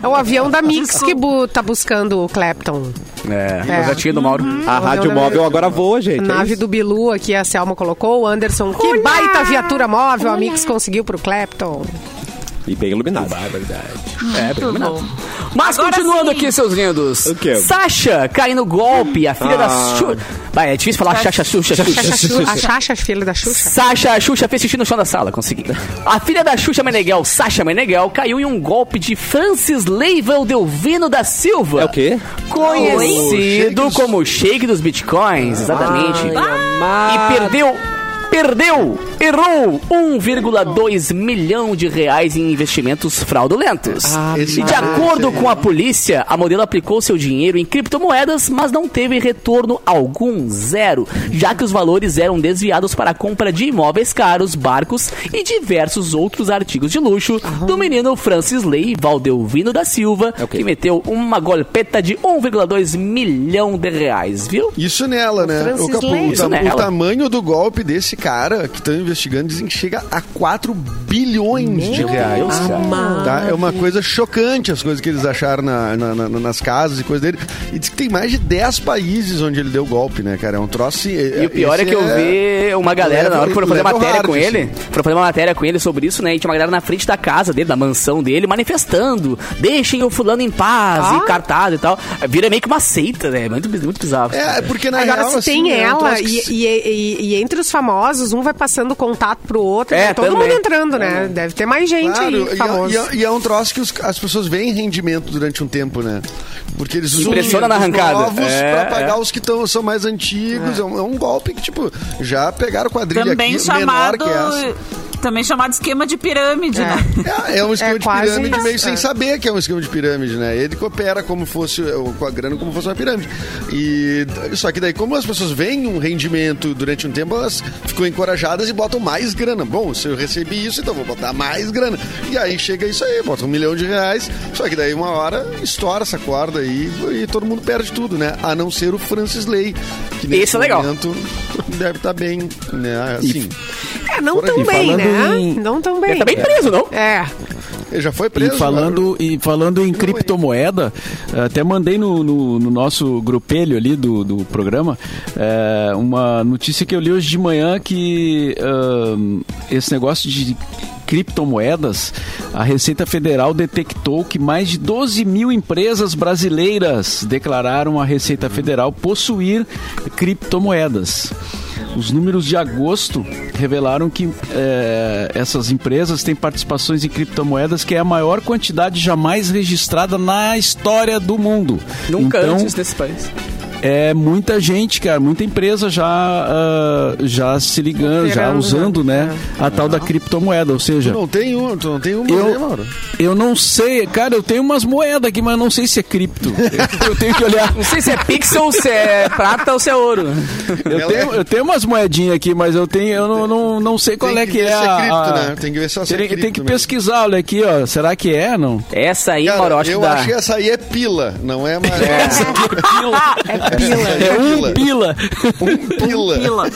B: É o avião da Mix
E: Desculpa.
B: que bu- tá buscando o Clapton.
D: É, é. jatinho do Mauro.
A: A rádio móvel agora voa, gente. é
B: Nave
A: isso.
B: do Bilu aqui, a Selma colocou. O Anderson, que baita viatura móvel a Mix conseguiu pro Clapton.
A: E bem iluminado.
D: É,
E: Muito bom.
D: Mas
E: Agora
D: continuando
E: sim.
D: aqui, seus lindos.
A: O quê? Ah.
D: Sasha cai no golpe, a filha da Xuxa. Vai, é difícil falar Xaxa Xuxa, Xuxa.
B: Chacha Xu- A Chacha, filha da Xuxa.
D: Sasha, a Xuxa fez xixi no chão da sala, consegui. A filha da Xuxa Meneghel, Sasha Meneghel, caiu em um golpe de Francis Leivel Delvino da Silva.
A: É o quê?
D: Conhecido
C: O shake dos-
D: como Shake dos Bitcoins, exatamente.
A: Ai, amado.
D: e perdeu perdeu, errou 1,2 milhão de reais em investimentos fraudulentos.
C: esse
D: e de
C: cara,
D: acordo
C: esse aí.
D: com a polícia, a modelo aplicou seu dinheiro em criptomoedas, mas não teve retorno algum, zero, já que os valores eram desviados para a compra de imóveis caros, barcos e diversos outros artigos de luxo do menino Francis Lei Valdelvino da Silva, que meteu uma golpeta de 1,2 milhão de reais, viu?
C: Isso nela, né?
B: Francis
C: Ô, Capu,
B: Leite.
C: o,
D: Isso
C: tam-
D: nela.
C: o tamanho do golpe desse cara que estão investigando dizem que chega a 4 bilhões de reais.
D: Deus, cara.
C: Tá? É uma coisa chocante as coisas que eles acharam na- na- na- nas casas e coisa dele. E diz que tem mais de 10 países onde ele deu golpe, né, cara? É um troço.
D: E o pior é que eu vi uma galera, na hora que foram fazer matéria com ele, foram fazer uma matéria com ele sobre isso, né? E tinha uma galera na frente da casa dele, da mansão dele, manifestando. Deixem o fulano em paz,
C: Ah.
D: e cartaz e tal. Vira meio que uma seita, né? Muito, muito bizarro.
C: É, porque na
B: Agora,
C: real,
B: se tem
D: né,
C: assim, é um
B: ela
C: troço que
B: e,
C: se-
B: e, e- e entre os famosos, um vai passando contato pro outro,
D: É,
B: vai todo
D: também. É.
B: mundo entrando, né? Deve ter mais gente
C: Claro,
B: aí,
C: e é-
B: famoso.
C: e, é, e é um troço que os- as pessoas veem rendimento durante um tempo, né? Porque eles usam
D: Impressiona na
C: os
D: arrancada.
C: novos
D: É,
C: pra
D: é.
C: pagar os que tão, são mais antigos. É. um, é um golpe que, tipo, já pegaram quadrilha
E: Também
C: aqui,
E: chamado.
C: menor que essa.
E: Também chamado esquema de pirâmide, né?
C: É, é um esquema
B: É
C: de
B: quase
C: pirâmide
B: isso,
C: meio
B: é.
C: sem saber que é um esquema de pirâmide, né? Ele coopera como fosse, com a grana como fosse uma pirâmide. E só que daí, como as pessoas veem um rendimento durante um tempo, elas ficam encorajadas e botam mais grana. Bom, se eu recebi isso, então vou botar mais grana. E aí chega isso aí, bota um milhão de reais. Só que daí uma hora estoura essa corda e, e todo mundo perde tudo, né? A não ser o Francis Lay, que nesse
D: Esse é legal.
C: momento deve estar bem, né? Assim,
B: É, não
C: Fora
B: tão
C: de-
B: bem,
F: falando
B: né?
F: em-
B: Não tão bem.
D: Ele tá bem preso, não?
B: É.
C: ele já foi
F: E
C: preso. né?
F: falando, e falando em criptomoeda, até mandei no, no- no nosso grupelho ali do, do programa é, uma notícia que eu li hoje de manhã que ahn, esse negócio de criptomoedas, a Receita Federal detectou que mais de 12 mil empresas brasileiras declararam à Receita Federal possuir criptomoedas. Os números de agosto revelaram que eh, essas empresas têm participações em criptomoedas que é a maior quantidade jamais registrada na história do mundo.
D: Nunca
F: então,
D: antes né? nesse país.
F: é muita gente, cara, muita empresa já, ah, já se ligando, já
B: Operando,
F: usando, né, a tal da criptomoeda, ou seja...
C: Tu não tem um, tu não tem uma, né,
F: Eu,
C: Mauro?
F: eu não sei, cara, eu tenho umas moedas aqui, mas eu não sei se é cripto. Eu tenho que olhar.
D: Não sei se é pixel, se é prata ou se é ouro.
F: Eu
C: Ela
F: tenho,
C: é-
F: eu tenho umas moedinhas aqui, mas eu tenho, eu não, não, não sei qual
C: Tem
F: é
C: que
F: que
C: ver
F: é
C: se é
F: a,
C: cripto,
F: a-
C: né? Tem que ver se é
F: Tem, tem
C: cripto
F: que
C: mesmo.
F: pesquisar, olha aqui, ó. Será que é, não?
D: Essa aí,
C: Cara,
D: Morote,
C: eu
D: dá.
C: acho que essa aí é pila, não é mais.
F: Essa aqui é pila.
B: É pila.
C: É
F: É
C: pila.
F: um pila.
C: Pila.
E: Pila.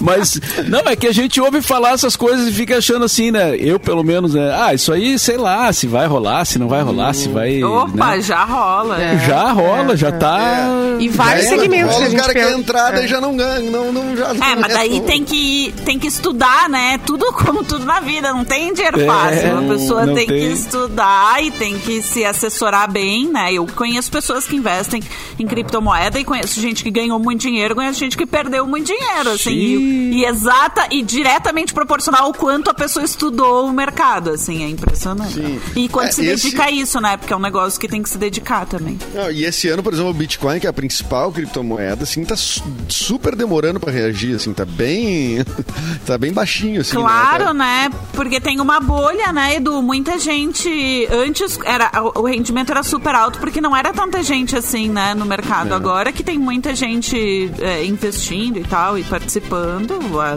F: Mas, não, é que a gente ouve falar essas coisas e fica achando assim, né? Eu, pelo menos, né? Ah, isso aí, sei lá, se vai rolar, se não vai rolar, se vai...
E: Opa,
F: né?
E: já rola.
C: É.
F: Já rola, já tá...
B: É. E
C: Aí,
B: vários segmentos que
C: rola
B: a
C: o
B: gente
C: cara que é
B: pensa.
C: quer entrar, daí já não ganha. Não, não, já
E: É, mas daí tem que, tem que estudar, né? Tudo como tudo na vida, não tem dinheiro
F: É,
E: fácil. A pessoa
F: não
E: tem, que
F: tem.
E: estudar e tem que se assessorar bem, né? Eu conheço pessoas que investem em criptomoeda e conheço gente que ganhou muito dinheiro, conheço gente que perdeu muito dinheiro, assim. E, e exata e diretamente proporcional ao quanto a pessoa estudou o mercado, assim, é impressionante.
C: Sim.
E: E quanto
C: É,
E: se
C: esse-
E: dedica a isso, né? Porque é um negócio que tem que se dedicar também.
C: Não, e esse ano, por exemplo, o Bitcoin, que é a principal criptomoeda, assim, tá su- super demorando pra reagir, assim, tá bem. tá bem baixinho, assim. né,
E: Claro,
C: cara?
E: né? Porque tem uma bolha, né, Edu? Muita gente. Antes era o rendimento era super alto porque não era tanta gente assim, né, no mercado. Agora que tem muita gente é, investindo e tal e participando. A,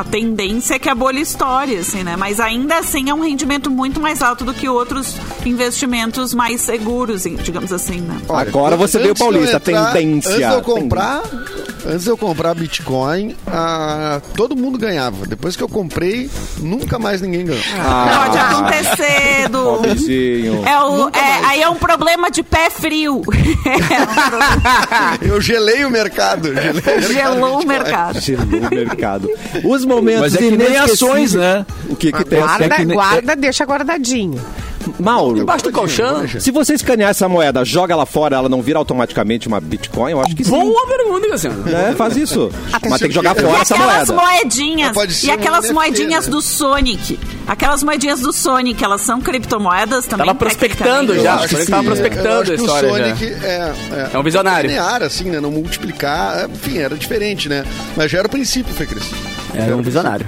E: a tendência é que a bolha estoure, assim, né? Mas ainda assim é um rendimento muito mais alto do que outros investimentos mais seguros, em- digamos assim, né?
C: Olha,
A: Agora você
C: antes
A: deu
C: de eu
A: paulista,
C: entrar-
A: tendência.
C: Antes de eu comprar, antes de eu comprar Bitcoin, ah, todo mundo ganhava. Depois que eu comprei, nunca mais ninguém ganhou.
A: Ah.
E: Pode acontecer, Edu.
C: um
A: Pobrezinho.
E: É o, é, aí é um problema de pé frio. É um
C: Eu gelei o mercado. gelei o
E: Gelou o mercado.
A: Gelou o mercado. Os momentos
F: Mas é que nem
A: inesquecíveis-
F: ações, né?
A: O que que tem?
F: Claro.
B: Guarda,
F: É que nem-
B: guarda, deixa guardadinho.
A: Mauro,
D: Embaixo do colchão.
A: se você escanear essa moeda, joga ela fora, ela não vira automaticamente uma Bitcoin? Eu acho que sim.
D: Boa pergunta, Cassiano.
A: É, faz isso. Mas tem que jogar
C: E
A: fora
E: E
A: essa
E: aquelas
A: moeda.
E: moedinhas.
C: Mas pode ser
E: E
C: um
E: aquelas
C: NFT,
E: moedinhas
C: né?
E: do Sonic. Aquelas moedinhas do Sonic, elas são criptomoedas também?
D: Tava prospectando
E: tecnicamente?
D: já,
C: Eu
D: o
C: acho
D: Sonic
C: que
D: tava
C: sim.
D: prospectando
C: Eu acho
D: a
C: que
D: história
C: O
D: já.
C: Sonic é,
D: É um visionário.
C: Linear, assim, né? Não multiplicar, enfim, era diferente, né? Mas já era o princípio, Fê Cris.
D: Era um visionário.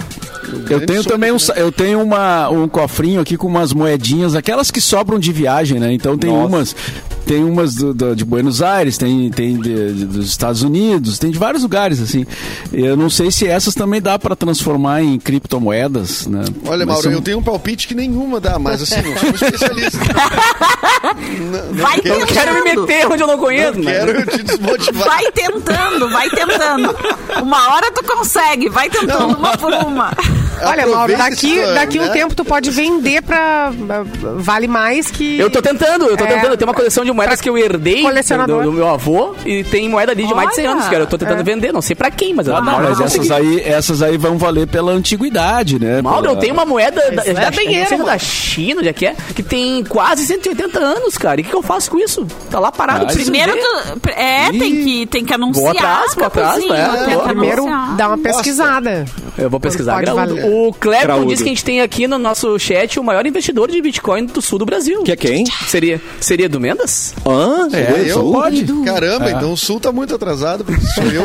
F: Eu tenho também
C: né?
F: um, sa- eu tenho uma, um cofrinho aqui com umas moedinhas, aquelas que sobram de viagem, né? Então tem
A: Nossa.
F: umas. Tem umas do- do- de Buenos Aires, tem, tem de- de- dos Estados Unidos, tem de vários lugares, assim. Eu não sei se essas também dá pra transformar em criptomoedas, né?
C: Olha,
F: Mas
C: Mauro,
F: são-
C: eu tenho um palpite que nenhuma dá, mas assim, não sou um especialista. não, não
E: Vai
C: quero,
E: tentando.
D: Quero me meter onde eu não conheço, né?
C: quero te desmotivar.
E: Vai tentando, vai tentando. Uma hora tu consegue, vai tentando uma por uma.
B: Olha, Mauro,
C: Aproveita
B: daqui,
C: esse
B: daqui um
C: né?
B: tempo tu pode vender pra. Vale mais que.
D: Eu tô tentando, eu tô
B: É,
D: tentando. Tem uma coleção de moedas que eu herdei
B: Colecionador. é.
D: do, do meu avô e tem moeda ali de mais de 100
E: Olha.
D: anos, cara. Eu tô tentando vender, não sei pra quem, mas ela
F: Ah, mas
D: eu
F: essas
D: consegui.
F: aí, essas aí vão valer pela antiguidade, né?
D: Mauro, eu
F: Pela-
D: tenho uma moeda da,
B: é dinheiro,
D: da, não sei se é
B: mano.
D: da China, onde é que é, que tem quase 180 anos, cara. E o que, que eu faço com isso? Tá lá parado.
F: Ah,
D: preciso
E: Primeiro
D: ver.
E: tu. É, tem que, tem que anunciar.
D: atrás, vou atrás,
E: Capuzinho,
D: é,
E: tem
D: vou-
E: que
B: Primeiro
E: anunciar.
B: dá um uma pesquisada.
D: Eu vou pesquisar.
B: Pode
D: Graúdo.
B: valer.
D: O Clepton
A: Graúdo.
D: disse que a gente tem aqui no nosso chat o maior investidor de Bitcoin do sul do Brasil.
A: Que é quem?
D: Seria, seria do Mendes?
A: Hã?
C: É, eu?
A: Saúde?
C: Pode. Caramba, então o Sul tá muito atrasado, porque sou eu.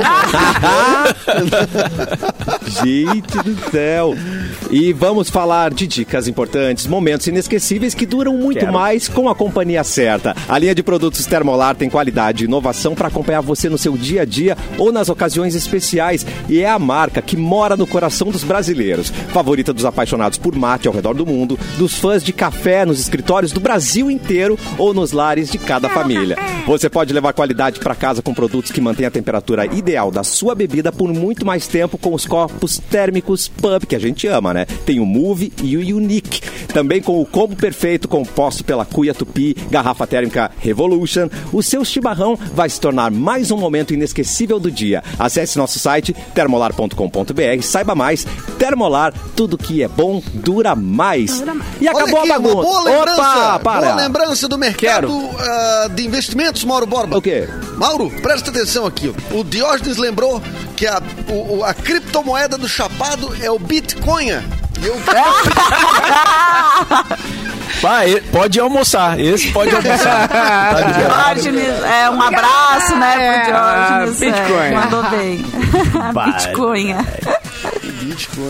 A: Gente do céu. E vamos falar de dicas importantes, momentos inesquecíveis que duram muito mais com a companhia certa. A linha de produtos Termolar tem qualidade e inovação para acompanhar você no seu dia a dia ou nas ocasiões especiais. E é a marca que mora no coração dos brasileiros. Favorita dos apaixonados por mate ao redor do mundo, dos fãs de café nos escritórios do Brasil inteiro ou nos lares de cada família. Você pode levar qualidade para casa com produtos que mantêm a temperatura ideal da sua bebida por muito mais tempo com os copos térmicos Pub, que a gente ama, né? Tem o Move e o Unique. Também com o combo perfeito composto pela Cuia Tupi, garrafa térmica Revolution, o seu chimarrão vai se tornar mais um momento inesquecível do dia. Acesse nosso site termolar.com.br, saiba mais. Termolar, tudo que é bom dura mais. E
C: Olha
A: acabou
C: aqui,
A: a
C: uma
A: bagunça.
C: boa lembrança,
A: Opa, para.
C: Boa lembrança do mercado
A: Quero.
C: ah, de investimentos, Mauro Borba.
A: O quê?
C: Mauro, presta atenção aqui. ó. O Diógenes lembrou que a, o- o- a criptomoeda do chapado é o Bitcoin. Eu,
B: É?
F: Pá, e- pode almoçar. Esse pode almoçar. Tá liberado.
E: Diógenes, é, um abraço,
B: É.
E: né, pro Diógenes.
D: Ah, Bitcoin.
E: É, mandou bem. Bitcoin. é.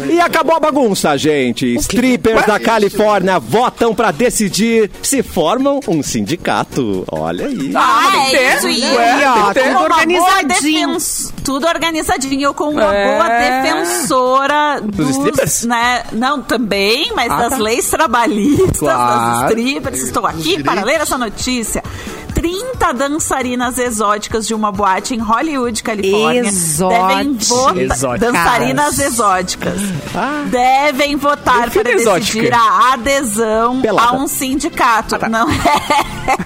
A: E acabou a bagunça, gente. Strippers da Califórnia votam pra decidir se formam um sindicato. Olha aí.
E: Ah,
D: mas tem que
E: é
D: ter,
E: isso aí.
D: ué,
B: ó,
D: tem que ter.
B: tudo
E: Com uma boa
B: organizadinho.
E: defens- Tudo organizadinho. Eu com uma
D: É.
E: boa defensora
D: Dos strippers?
E: Né, não, também, mas
D: Ah,
E: das
D: tá.
E: leis trabalhistas,
D: Claro.
E: das strippers. Estou aqui para ler essa notícia. 30 dançarinas exóticas de uma boate em Hollywood, Califórnia. Devem
B: Exóticas.
E: votar. Dançarinas exóticas.
D: Ah.
E: Devem votar para
D: Defina exótica.
E: decidir a adesão
A: Pelada.
E: a um sindicato. Não é.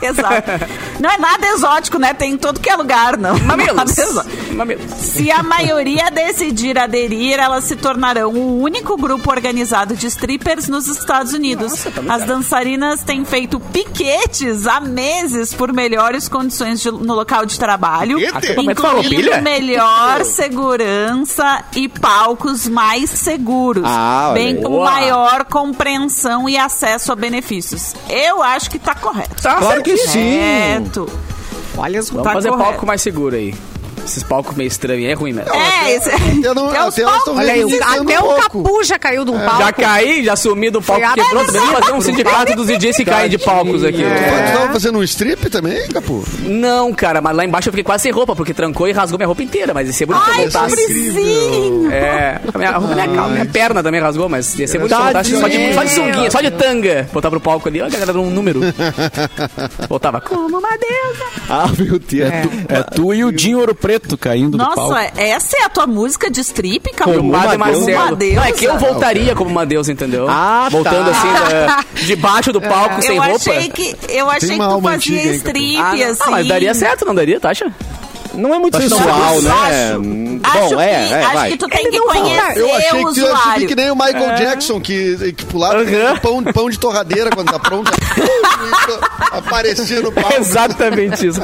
E: Exato. Não é nada exótico, né? Tem em todo que é lugar, não.
D: Mamilos.
E: Nada exótico.
D: Mamilos.
E: Se a maioria decidir aderir, elas se tornarão o único grupo organizado de strippers nos Estados Unidos.
A: tá.
E: As dançarinas têm feito piquetes há meses por melhores condições de- no local de trabalho,
C: Piquete?
A: é
D: Farroupilha?
E: incluindo melhor segurança e palcos mais seguros,
A: Ah, olha
E: bem
A: aí.
E: como
D: Boa.
E: maior compreensão e acesso a benefícios. Eu acho que tá correto.
D: Tá
A: Claro que sim.
E: Correto.
B: Olha as
D: Vamos
E: Tá
D: fazer
E: correto.
D: palco mais seguro aí. Esses palcos meio estranhos, é ruim mesmo.
E: É, esse...
C: eu não,
E: é os
C: até elas
E: palcos.
C: estão
B: Olha aí,
C: reivindicando
B: até
C: um
B: o
C: pouco.
B: Capu já caiu de um palco.
D: É. Já caí, já sumi do palco,
B: Foi
D: quebrou. Também vou
B: abraçado.
D: fazer um sindicato dos DJs que caem de palcos aqui.
B: É.
C: Tu
E: É.
C: estava fazendo um strip também, Capu?
D: Não, cara, mas lá embaixo eu fiquei quase sem roupa, porque trancou e rasgou minha roupa inteira, mas ia ser bonito se eu
E: Ai,
A: tá
D: voltasse.
E: pobrezinho.
D: É, a minha, a roupa, minha, calça, minha perna também rasgou, mas ia ser muito
A: Tadinho.
D: fantástico. Só de, só de sunguinha, só de tanga. Botar pro palco ali, ó, a galera dando um número. Voltava como uma deusa.
A: Ah, meu Deus.
F: É tu e o Dinho Ouro Preto caindo do palco.
E: Nossa, essa é a tua música de strip, Capu?
D: Como
A: uma
D: Padre Marcelo.
E: Uma deusa.
D: Não, é que eu voltaria como uma deusa, entendeu?
A: Ah, tá.
D: Voltando assim, da- debaixo do palco, sem
E: eu
D: roupa.
E: achei que eu achei
C: Tem
E: que
C: uma
E: tu
C: alma
E: fazia
C: antiga, hein, Capu?
E: strip
D: Ah, não.
E: assim.
D: Ah, mas daria certo, não daria, tá? acha?
A: Não é muito
E: Não,
A: sensual,
E: eu
A: né?
E: acho.
A: Hum,
E: acho
A: Bom, é,
E: que,
A: é,
E: acho
A: vai.
E: que tu tem
B: Ele
E: que
B: não volta.
E: conhecer
C: Eu achei
E: o
C: que tu ia subir
E: usuário.
C: que nem o Michael Jackson, que, que pulava
D: Aham.
C: pão, pão de torradeira quando tá pronto. aparecia no palco.
D: Exatamente isso.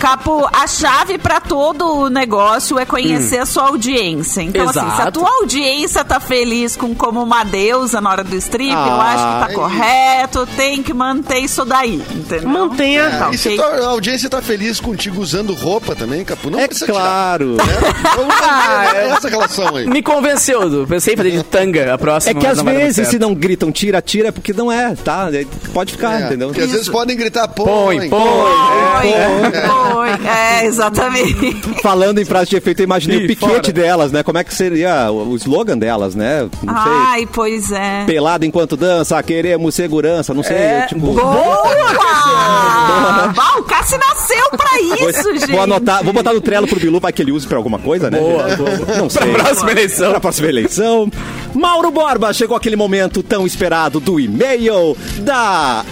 E: Capu, a chave pra todo o negócio é conhecer a sua audiência. Então, assim, se a
D: Exato.
E: tua audiência tá feliz com como uma deusa na hora do strip, eu
A: Ah,
E: acho que tá
C: é
E: correto, tem que manter isso daí, entendeu?
B: Mantenha.
E: Tá,
C: E se
E: ok?
C: tua audiência tá feliz contigo usando roupa também, Capu, não
A: É
C: precisa tirar.
A: claro.
C: né? Vamos manter essa relação aí.
D: Me convenceu, Du. Pensei em fazer de tanga a próxima.
A: É que
D: mas
A: às
D: não vai dar muito
A: vezes, se
D: certo.
A: não gritam tira, tira, é porque não é, tá? É, Pode ficar,
C: É,
A: entendeu?
C: porque às vezes podem gritar,
D: Põe, põe.
E: Oi, oi. É, exatamente.
A: Falando em frase de efeito, eu imaginei
D: Ih,
A: o piquete
D: fora.
A: delas, né? Como é que seria o o slogan delas, né? Não sei.
E: Ai, pois é.
A: Pelado enquanto dança, queremos segurança, não sei, tipo...
E: Boa! Bah, o Cassi nasceu pra isso, gente.
A: Vou anotar, vou botar no Trello pro Bilu, vai que ele use pra alguma coisa, né?
D: Boa,
A: Não sei.
D: Pra próxima eleição.
A: Pra próxima eleição. Mauro Borba, chegou aquele momento tão esperado do e-mail da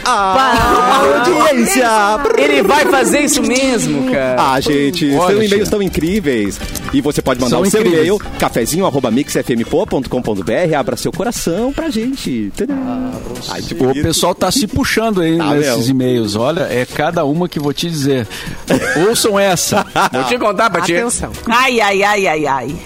A: audiência.
D: Ele vai fazer isso mesmo, cara.
A: Ah, gente,
F: Olha,
A: são e-mails
F: Tia.
A: tão incríveis. E você pode mandar
F: São
A: o seu
F: incríveis.
A: e-mail, cafezinho.mixfmpo.com.br, abra seu coração pra gente. Entendeu? Ai, que
F: O
A: bonito.
F: pessoal tá se puxando aí
A: Tá,
F: nesses
A: meu.
F: e-mails. Olha, é cada uma que vou te dizer. Ouçam essa.
D: Vou te contar, Pati.
B: Atenção.
E: Ai, ai, ai, ai, ai.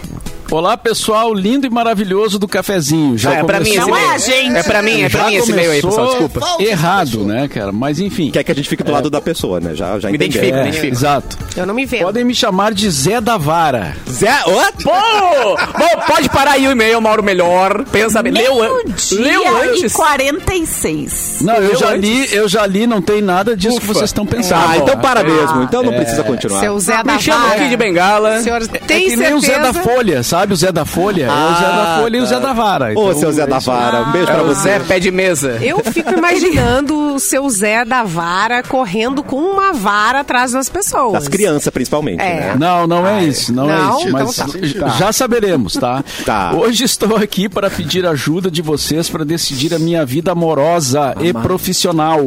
F: Olá, pessoal, lindo e maravilhoso do cafezinho. Já
D: Ah, é pra mim esse
E: Não
D: e-mail.
E: é a gente.
D: É pra mim, é pra
F: Já
D: mim esse e-mail aí, pessoal.
F: começou
D: Desculpa.
F: Errado, né, cara? Mas enfim.
A: Quer que a gente fique do lado da pessoa, né? Já, já
D: Me
A: entendeu.
D: identifico,
F: É,
D: me identifico.
F: exato.
B: Eu não me vendo.
F: Podem me chamar de Zé da Vara.
A: Zé, ô,
D: Pô! Bom, pode parar aí o e-mail, Mauro, melhor. Pensa bem. Leu, an-
E: Meio-dia
D: leu
E: e
D: antes.
E: 46.
F: Não, eu
D: Escreveu
F: já
D: antes?
F: li, eu já li, não tem nada disso que
D: Ufa.
F: vocês estão pensando.
A: Ah, então
F: Ó,
A: para mesmo. Então não precisa continuar.
B: Seu Zé da
D: Ah, Me chama
B: Vara.
D: aqui de bengala.
B: O senhor
F: É
B: tem
F: que nem o Zé da
B: certeza?
F: Folha, sabe? O Zé da Folha. é o Zé
D: Ah,
F: da Folha e o
D: tá.
F: Zé da Vara.
A: Ô,
F: Então,
A: seu Zé
F: é
A: da
F: isso aí.
A: Vara, um beijo
D: É
A: pra
D: o
A: você.
D: Zé pé de mesa.
B: Eu fico imaginando o seu Zé da Vara correndo com uma vara atrás das pessoas.
A: Das crianças, principalmente,
B: É.
A: né?
F: Não, não é isso, não,
B: Não?
F: é isso. Mas
C: Então tá.
F: já saberemos, tá?
A: Tá.
F: Hoje estou aqui para pedir ajuda de vocês para decidir a minha vida amorosa e profissional.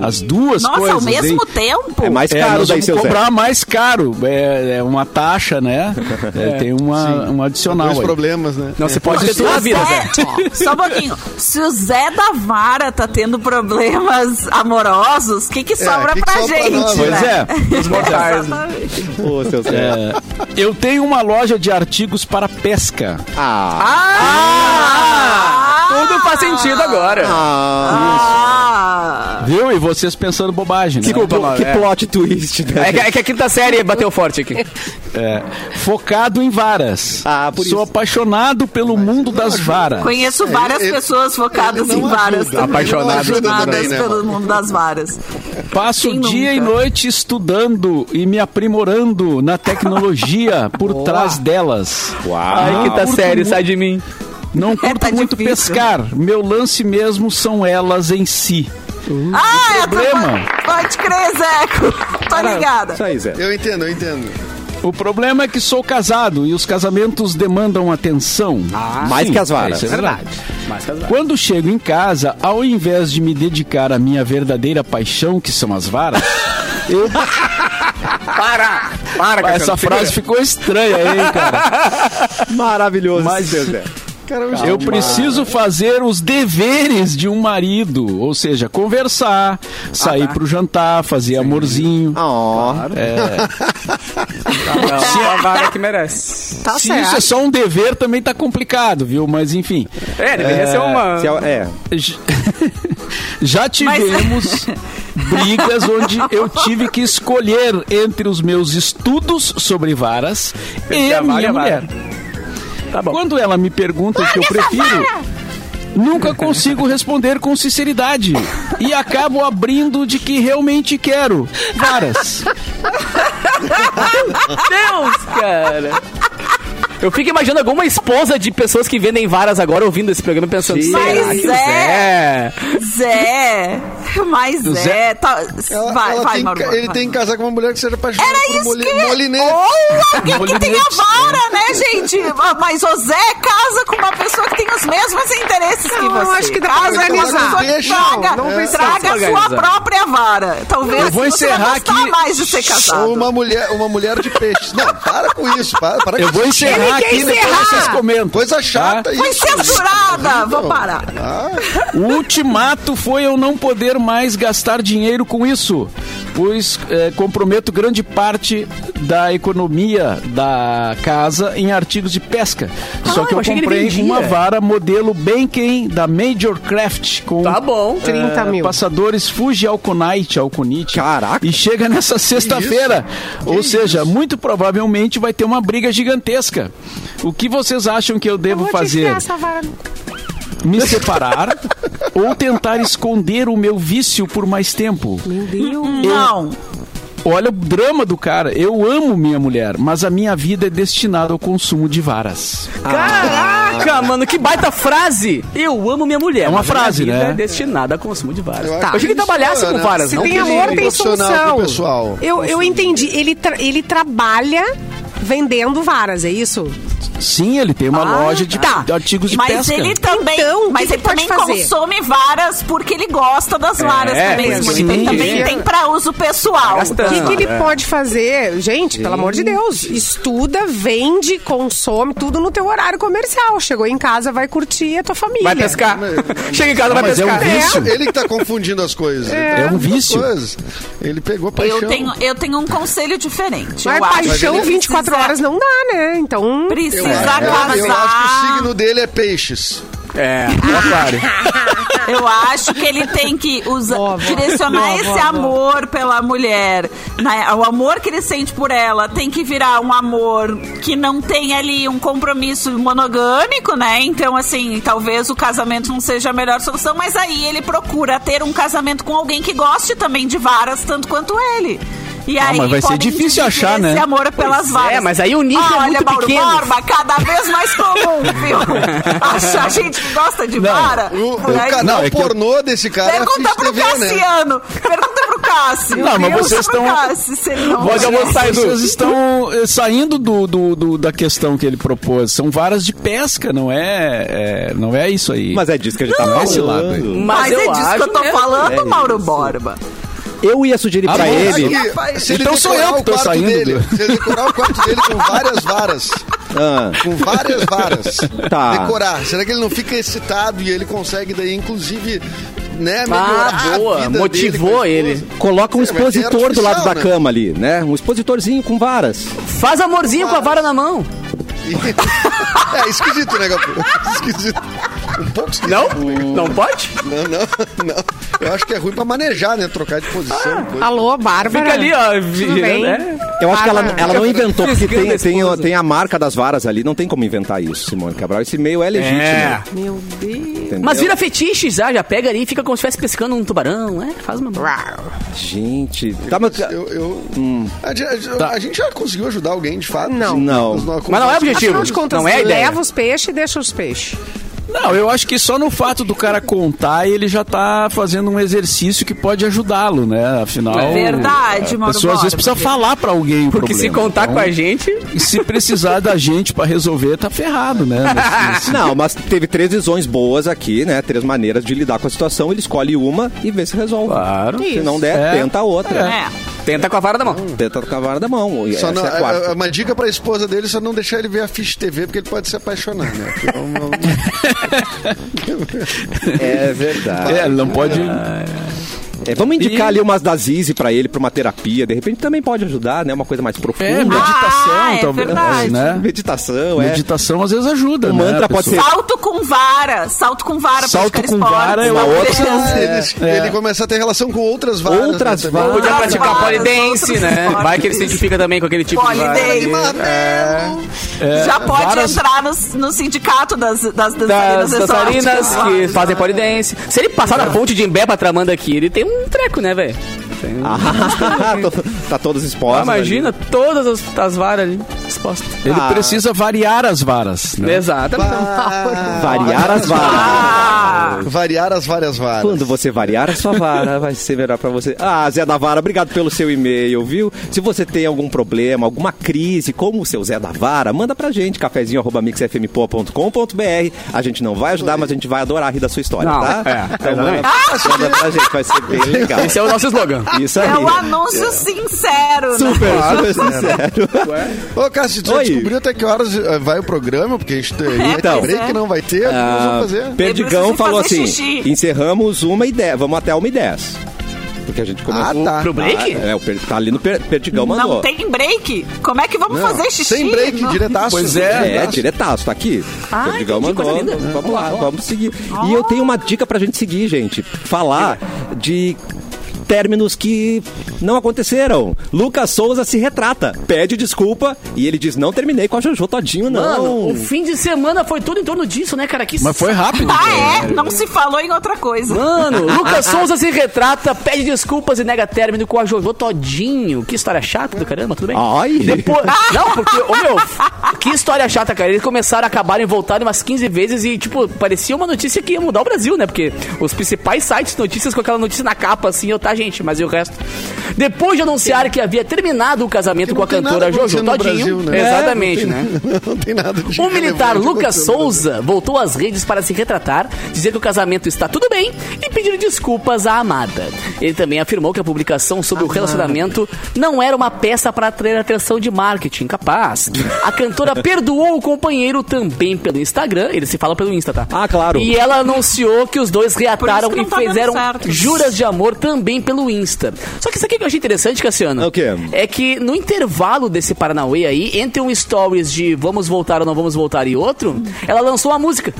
F: As duas
E: Nossa,
F: coisas.
E: ao mesmo
F: hein?
E: tempo?
A: É mais
F: É,
A: caro
F: nós
A: daí,
F: vamos
A: seu Zé.
F: cobrar mais caro. É, é uma taxa, né? É, tem uma, um adicional.
C: Dois
F: aí.
C: problemas, né?
D: Não, você pode ter toda a
E: José-
D: vida, Zé.
E: Ó, Só um pouquinho. Se o Zé da Vara tá tendo problemas amorosos, o que, que sobra
C: que que
E: pra
C: sobra pra
E: gente?
C: nós?
E: né?
F: Pois é,
D: Os mortais.
E: Exatamente.
A: Ô, seu Zé.
F: É, eu tenho uma loja de artigos para pesca.
A: Ah,
D: Ah! Tudo faz sentido agora.
E: Ah,
F: Viu? E vocês pensando bobagem, né?
A: que,
D: Paulo,
A: que
D: é.
A: plot twist, né?
D: É que, é que a quinta série bateu forte aqui.
F: É, focado em varas.
A: Ah, por
F: Sou
A: isso.
F: apaixonado pelo mundo das varas.
E: conheço várias
C: É, ele-
E: pessoas focadas
C: ele
E: em
C: não
E: varas.
C: ajuda,
E: também.
D: ele não
C: ajuda
E: Apaixonadas
C: também, né,
E: pelo
C: mano?
E: mundo das varas.
F: Passo
E: Quem
F: dia e
E: nunca?
F: noite estudando e me aprimorando na tecnologia por trás delas.
A: Uau. tá
D: Ai, quinta
F: curto
D: série,
F: muito-
D: sai de mim.
F: Não curto
E: Tá
F: muito
E: difícil.
A: né?
F: pescar. Meu lance mesmo são elas em si.
B: Um
E: Ah, eu tô-
F: problema?
E: Pode crer, Zeco. Tô ligada.
A: Isso aí, Zé.
C: Eu entendo, eu entendo.
F: O problema é que sou casado e os casamentos demandam atenção.
A: Ah, Mais que as varas.
F: isso é verdade. Quando chego em casa, ao invés de me dedicar à minha verdadeira paixão, que são as varas, eu
D: Para! Para,
F: Ah, Essa frase ficou estranha, hein, cara?
A: Maravilhoso,
F: Mas-
A: seu Zé.
F: Eu é
D: né?
F: preciso fazer os deveres de um marido, ou seja, conversar,
D: Ah,
F: sair
D: tá.
F: pro jantar, fazer amorzinho.
A: Ó,
D: Não, a vara que merece.
B: Tá
F: Se
B: certo.
F: isso é só um dever, também tá complicado, viu? Mas enfim.
D: É, deveria ser uma.
A: se é, é.
F: J- Já tivemos brigas onde eu tive que escolher entre os meus estudos sobre varas e
D: a
F: a
D: vara e a
F: minha
D: vara.
F: mulher.
D: Tá
F: Quando ela me pergunta o que eu prefiro, nunca consigo responder com sinceridade e acabo abrindo de que realmente quero varas.
D: Deus, cara! Eu fico imaginando alguma esposa de pessoas que vendem varas agora ouvindo esse programa e pensando,
A: Sim.
D: será
E: Mas
D: que o
E: é.
D: Zé?
E: Zé, mas
C: O Zé-
E: é. Tá,
C: Ela-
E: vai,
C: ela
E: vai,
C: tem-
E: Mauro.
C: ele
E: vai.
C: tem que casar com uma mulher que seja apaixonada
E: Era
C: por
E: isso
C: moli-
E: que...
C: molinete.
E: Ou alguém que tenha vara, né, gente? Mas o Zé casa com uma pessoa que tem os mesmos interesses que
B: Não,
E: você.
B: eu acho que dá pra
E: casa com uma
B: organizar.
E: pessoa que
C: Deixa,
E: traga,
C: não
E: traga
C: precisa
E: a sua
D: organizar.
E: própria vara. Talvez
F: Eu vou
E: você vai
F: encerrar
E: gostar
F: aqui.
E: mais de ser casado.
C: Ou uma mulher, uma mulher de peixes. Não, para com isso. Para, para
F: Eu
C: com
F: vou
C: isso.
F: encerrar
B: Ele quer
F: aqui e depois
B: encerrar.
F: vocês comentam.
C: Coisa chata
F: Tá?
C: isso. Ah,
E: Foi censurada! Vou parar.
F: O ultimato foi eu não poder mais gastar dinheiro com isso, pois eh, comprometo grande parte da economia da casa em artigos de pesca. Só
D: Ah,
F: que
D: eu
F: eu
D: achei que ele
F: comprei
D: vendia.
F: uma vara modelo Benken da Major Craft com
D: Tá bom.
B: 30
F: eh,
B: mil.
F: passadores Fuji Alconite, Alconite.
A: Caraca.
F: E chega nessa sexta-feira. Ou seja, muito provavelmente vai ter uma briga gigantesca. O que vocês acham que eu devo
B: vou te
F: fazer?
B: enfiar essa vara no-
F: me separar ou tentar esconder o meu vício por mais tempo.
B: Meu Deus.
E: Não.
F: Olha o drama do cara. Eu amo minha mulher, mas a minha vida é destinada ao consumo de varas.
D: Ah. Caraca, mano, que baita frase! Eu amo minha mulher.
F: É uma
D: mas minha
F: frase,
D: vida
F: né?
D: É destinada a consumo de varas.
C: Eu
D: Tá. Eu
C: acho
D: achei que
C: isso,
D: trabalhasse
C: né?
D: com varas,
B: Se
D: não
B: tem
D: que ele-
B: amor, tem
C: profissional
B: solução.
C: pro pessoal.
B: Eu, eu entendi. Ele, tra- ele trabalha vendendo varas, é isso?
F: Sim, ele tem É uma
B: Ah,
F: loja de,
B: tá.
F: de artigos de
E: Mas
F: pesca.
E: ele também,
B: Então, o
E: mas
B: que
E: ele
B: que
E: também
B: pode fazer?
E: consome varas porque ele gosta das varas também.
D: pois
E: Simone. Ele
F: É, sim. Tá
E: também tem pra uso pessoal.
B: O
D: gastando.
B: que, que ele
D: É.
B: pode fazer? Gente, pelo amor de Deus, estuda, vende, consome, tudo no teu horário comercial. Chegou em casa, vai curtir a tua família.
D: Vai pescar. Chega em casa, vai
F: mas é um
D: pescar.
F: vício.
C: Ele que tá confundindo as coisas. Ele tá
F: É um
C: confundindo as
F: vício.
C: coisas. Ele pegou a paixão.
E: Eu tenho, eu tenho um conselho diferente.
B: Mas
E: eu acho.
B: é paixão
E: Precisa-
B: 24 horas não dá, né? Então.
E: Precisa
C: É,
E: casar.
C: eu acho que o signo dele é peixes.
D: É, é aquário.
E: Eu acho que ele tem que usar,
B: Boa, boa.
E: direcionar
B: Boa,
E: esse
B: boa,
E: amor pela mulher. né? O amor que ele sente por ela tem que virar um amor que não tem ali um compromisso monogâmico, né? Então, assim, talvez o casamento não seja a melhor solução, mas aí ele procura ter um casamento com alguém que goste também de varas, tanto quanto ele. E
D: Ah,
E: aí
F: mas vai ser
E: podem
F: difícil
E: dividir
F: achar, né?
E: Esse amor pelas
D: é,
E: varas. Ah,
D: mas aí o nicho é
E: Olha,
D: muito
E: Mauro
D: pequeno.
E: Borba, É cada vez mais comum, viu? Achar gente que gosta de
F: Não,
E: vara.
C: O,
E: por
C: o
E: aí.
C: canal
F: Não, é que eu-
C: pornô desse cara é a
E: Pergunta
C: Fish
E: pro
C: TV, né?
E: Cassiano. Pergunta pro Cássio.
F: Não, mas
E: Pergunta
F: vocês
E: pro
F: estão-
E: Cássio, se ele não-
D: Pode almoçar, Edu.
F: Vocês estão eh, saindo do, do- do- da questão que ele propôs. São varas de pesca, não é, é- não é isso aí.
A: Mas é disso que a gente tá
F: Esse lado aí.
A: falando.
E: Mas é disso que eu tô
D: né?
E: falando, Mauro Borba.
A: Eu ia sugerir
F: Ah,
A: pra
F: bom,
A: ele.
C: Aqui, se ele
F: Então sou
C: decorar
F: eu que
C: o
F: tô
C: quarto
F: saindo
C: Dele,
F: do-
C: Se ele decorar o quarto dele com várias varas.
A: Ah.
C: Com várias varas.
A: Tá.
C: Decorar. Será que ele não fica excitado e ele consegue daí, inclusive, né, melhorar
D: Ah, boa.
C: a vida
D: Motivou
C: dele com a
D: ele.
C: esposa?
A: Coloca um
C: É, mas é
A: expositor do
C: artificial,
A: lado da
C: né?
A: cama ali, né? Um expositorzinho com varas.
D: Faz amorzinho com a vara na mão.
C: é esquisito, né, Gabu? Esquisito. Um pouco esquisito.
D: Não? Não pode?
C: Não, não, não. Eu acho que é ruim pra manejar, né? Trocar de posição. coisa.
B: Alô, Bárbara.
D: Fica ali, ó,
B: Tudo bem?
D: né?
A: Eu acho que ela, ela não inventou, porque
D: Fisgando a
A: tem, tem,
D: esposa.
A: tem a marca das varas ali, não tem como inventar isso, Simone Cabral. Esse meio é legítimo.
D: É.
B: Meu Deus.
A: entendeu?
D: Mas vira fetiche já, já pega ali e fica como se estivesse pescando um tubarão, né? Faz uma...
A: Gente. Tá, mas...
C: Eu, eu-
F: Hum.
C: a, gente- a gente-
F: Tá.
C: a gente já conseguiu ajudar alguém, de fato?
B: Não.
A: Não.
C: Mas
D: Mas não é o objetivo.
B: Afinal de contas,
D: não é a ideia.
B: leva os peixes e deixa os peixes.
F: Não, eu acho que só no fato do cara contar, ele já tá fazendo um exercício que pode ajudá-lo, né? Afinal.
E: É verdade,
F: A
E: Mauro
F: pessoa às vezes
E: Borba.
F: precisa falar pra alguém. o
D: Porque se
F: problema. Então, ah,
D: contar com a gente...
F: E se precisar da gente pra resolver, tá ferrado, né? Nesse-
A: Não, mas teve três visões boas aqui, né? Três maneiras de lidar com a situação. Ele escolhe uma e vê se resolve.
F: Claro.
A: Se
F: Isso.
A: não der,
F: É.
A: tenta a outra. É.
E: É.
D: Tenta com a vara na mão.
A: Tenta com a vara da mão.
C: Só
A: Essa
C: não,
A: é a quarta.
C: é, é uma dica pra esposa dele só não deixar ele ver a Fish TV, porque ele pode se apaixonar, né? Porque é uma-
A: É verdade.
F: É, ele não pode.
A: É, vamos indicar ali umas da Zizi pra ele, pra uma terapia. De repente também pode ajudar, né? Uma coisa mais profunda.
F: É, meditação,
E: Ah, é
F: talvez.
E: verdade.
F: Né?
A: Meditação, é.
F: Meditação às vezes ajuda.
A: O
F: né,
A: mantra
F: a
A: pode
F: pessoa?
E: Salto com vara. Salto com vara.
F: Salto
E: praticar
F: com
E: esportes, né?
F: vara é uma
E: talvez.
F: opção.
C: Ah, ele,
F: é.
C: ele começa a ter relação com outras varas.
A: Outras
C: né, também.
A: varas.
D: Podia
E: Ah,
D: praticar
E: vários
D: polidense,
E: outros
D: né?
E: esportes.
D: Vai que ele se identifica também com aquele tipo de vara.
E: Polidense.
C: Mateu.
E: Já pode
F: varas-
E: entrar no, no sindicato das, das dançarinas
D: Das dançarinas
E: exóticas.
D: que fazem polidense. Se ele passar da ponte de Imbé pra Tramanda aqui, ele tem um treco, né, velho? Tem um-
A: Ah, to- tá todos expostos.
D: Ah, imagina todas as, as varas ali expostas.
F: Ele precisa variar as varas. Né?
D: Exato.
A: ali. Variar as varas.
E: Ah,
C: Variar as várias varas.
A: Quando você variar a sua vara, vai ser melhor pra você. Ah, Zé da Vara, obrigado pelo seu e-mail, viu? Se você tem algum problema, alguma crise, como o seu Zé da Vara, manda pra gente, cafezinho.mixfmpoa.com.br. A gente não vai ajudar, mas a gente vai adorar rir da sua história,
D: Não,
A: tá?
D: é,
A: então, manda,
D: exatamente.
A: manda pra gente, vai ser bem legal.
D: Esse é né? o nosso slogan.
A: Isso aí.
E: é um anúncio sincero, né?
A: Super, super sincero.
C: Ô, Cássio, tu já
A: Oi.
C: descobriu até que horas eh, vai o programa? Porque a gente tem
A: Então.
C: então, break que não vai ter, nós
A: Ah,
C: vamos fazer.
A: Perdigão
E: Preciso
A: falou
E: fazer
A: assim:
E: xixi.
A: encerramos uma e dez, vamos até uma e dez. Porque a gente
C: Ah,
A: começou.
C: tá.
D: Pro break?
A: É, o per, tá ali no per, Perdigão mandou.
E: Não tem break? Como é que vamos
C: Não,
E: fazer xixi?
C: Sem break,
E: Não.
C: diretaço.
F: Pois é.
A: É, diretaço, tá aqui.
D: Ah,
A: Perdigão
D: entendi,
A: mandou.
D: coisa linda.
A: Vamos lá, vamos seguir. E eu tenho uma dica pra gente seguir, gente. Falar de términos que não aconteceram. Lucas Souza se retrata, pede desculpa e ele diz: Não terminei com a Jojo Todinho,
D: Mano,
A: não.
D: o fim de semana foi todo em torno disso, né, cara? Que
F: Mas foi rápido.
E: Ah, é? Não se falou em outra coisa.
D: Mano, Lucas Souza se retrata, pede desculpas e nega término com a Jojo Todinho. Que história chata do caramba, tudo bem?
A: Ai.
D: Depois, não, porque, ô meu, que história chata, cara. Eles começaram, acabaram e voltaram umas 15 vezes e, tipo, parecia uma notícia que ia mudar o Brasil, né? Porque os principais sites de notícias com aquela notícia na capa, assim, eu tá, gente, mas e o resto? Depois de anunciar que havia terminado o casamento
C: Que
D: com
C: não
D: a
C: tem
D: cantora
C: nada
D: Jojo
C: acontecendo no
D: Todinho.
C: Brasil, né?
D: Exatamente, né?
C: Não tem nada de
D: O Um militar
C: relevante
D: Lucas
C: acontecendo.
D: Souza voltou às redes para se retratar, dizer que o casamento está tudo bem e pedir desculpas à amada. Ele também afirmou que a publicação sobre o relacionamento não era uma peça para atrair atenção de marketing, capaz. A cantora perdoou o companheiro também pelo Instagram, ele se fala pelo Insta, tá?
A: Ah, claro.
D: E ela anunciou que os dois reataram
E: Por
D: e
E: isso que não tá
D: fizeram
E: dando certo.
D: juras de amor também pelo Insta. Só que isso aqui que eu achei interessante, Cassiano.
A: O quê?
D: É que no intervalo desse Paranauê aí, entre um stories de vamos voltar ou não vamos voltar e outro, ela lançou uma música.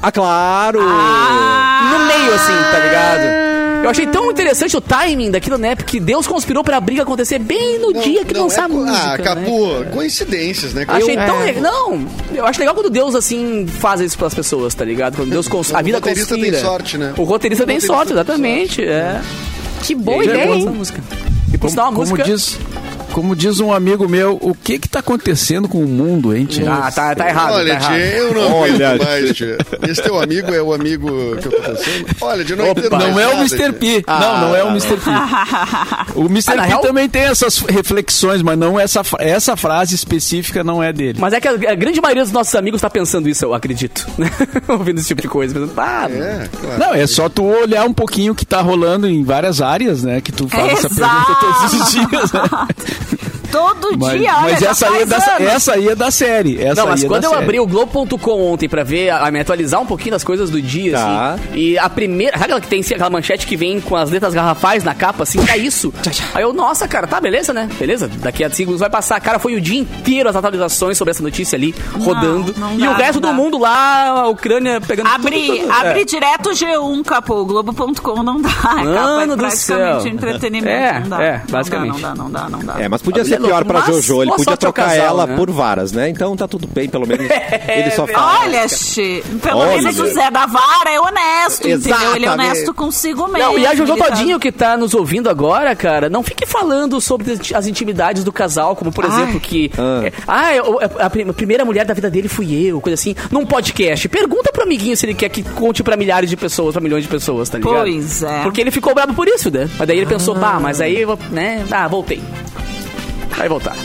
A: Ah, claro!
D: No meio, assim, tá ligado? Eu achei tão interessante o timing daquilo, né? Porque Deus conspirou pra briga acontecer bem no dia que lançar a
C: co-
D: música.
C: Ah,
D: né?
C: Capu, coincidências, né? cara?
D: Achei
C: Eu-
B: é.
D: tão legal. Não, eu acho legal quando Deus, assim, faz isso pras pessoas, tá ligado? Quando Deus cons...
C: O
D: A vida
C: roteirista tem
D: conspira.
C: sorte, né?
D: O roteirista tem
C: roteirista
D: sorte,
C: tem
D: exatamente. É.
B: Que boa
D: E aí,
B: ideia,
D: lança a
B: hein?
D: música. E por
F: Como,
D: sinal, uma
F: como
D: música...
F: diz, como diz um amigo meu, o que que tá acontecendo com o mundo, hein, tia?
D: Ah, tá, tá errado, tá
C: Olha,
D: errado.
C: Tchê, eu não
A: Olha,
C: entendo mais, Tchê. Esse teu amigo é o amigo que eu tô pensando? Olha, Tchê, eu não entendo mais
F: Não é o
C: nada,
F: Mr.
C: Tchê.
F: P. não, não é o Mr. P. O Mr.
D: Ah, na
F: P
D: real-
F: também tem essas reflexões, mas não essa, fra- essa frase específica não é dele.
D: Mas é que a, a grande maioria dos nossos amigos tá pensando isso, eu acredito. né? Ouvindo esse tipo de coisa. Pensando, ah,
C: É, claro.
F: Não, é só tu olhar um pouquinho o que tá rolando em várias áreas, né? Que tu faz essa pergunta
E: Exato.
F: todos os dias. Né?
E: Todo
F: Mas,
E: dia, olha,
F: mas
E: já
F: essa, aí é
E: faz
F: da,
E: anos.
F: essa aí é da série. Essa
D: Não, mas
F: aí é
D: quando
F: da
D: eu
F: série.
D: abri o Globo.com ontem pra ver, a, a me atualizar um pouquinho das coisas do dia,
A: Tá.
D: assim. E a primeira. Sabe aquela que tem assim, aquela manchete que vem com as letras garrafais na capa, assim, tá isso. Aí eu, nossa, cara, tá, beleza, né? Beleza? Daqui a cinco minutos vai passar. Cara, foi o dia inteiro as atualizações sobre essa notícia ali, rodando.
E: não
D: e
E: dá,
D: o resto
E: não
D: do
E: dá.
D: mundo lá, a Ucrânia pegando. tudo,
E: Abre,
D: tudo,
E: abre
D: é.
E: direto o G1, capô. O Globo.com não dá. A capa é
D: Mano do
E: praticamente
D: céu.
E: entretenimento.
D: É,
E: não dá.
D: é,
E: Não dá,
D: basicamente.
E: Não dá, não dá, não dá.
A: É, mas podia
D: A
A: ser
D: mulher
A: pior pra
D: louca. Mas
A: Jojo. Ele
D: boa
A: podia
D: sorte ao
A: trocar
D: casal,
A: ela
D: né? É
A: por varas, né? Então tá tudo bem, pelo menos. ele só fala.
E: Olha, Xê, pelo
A: Olha,
E: menos o
A: velho.
E: Zé da Vara é honesto, entendeu? Ele
A: Exatamente.
E: é honesto consigo mesmo.
D: Não, e a Jojo
E: ele tá-
D: Todinho que tá nos ouvindo agora, cara, não fique falando sobre as- as intimidades do casal, como por exemplo que. é, Ah, eu- a, prim- a primeira mulher da vida dele fui eu, coisa assim, num podcast. Pergunta pro amiguinho se ele quer que conte pra milhares de pessoas, pra milhões de pessoas, tá ligado?
E: Pois é.
D: Porque ele ficou bravo por isso, né? Mas daí ele pensou, bah, mas aí eu vou, né? Ah, voltei. Vai voltar.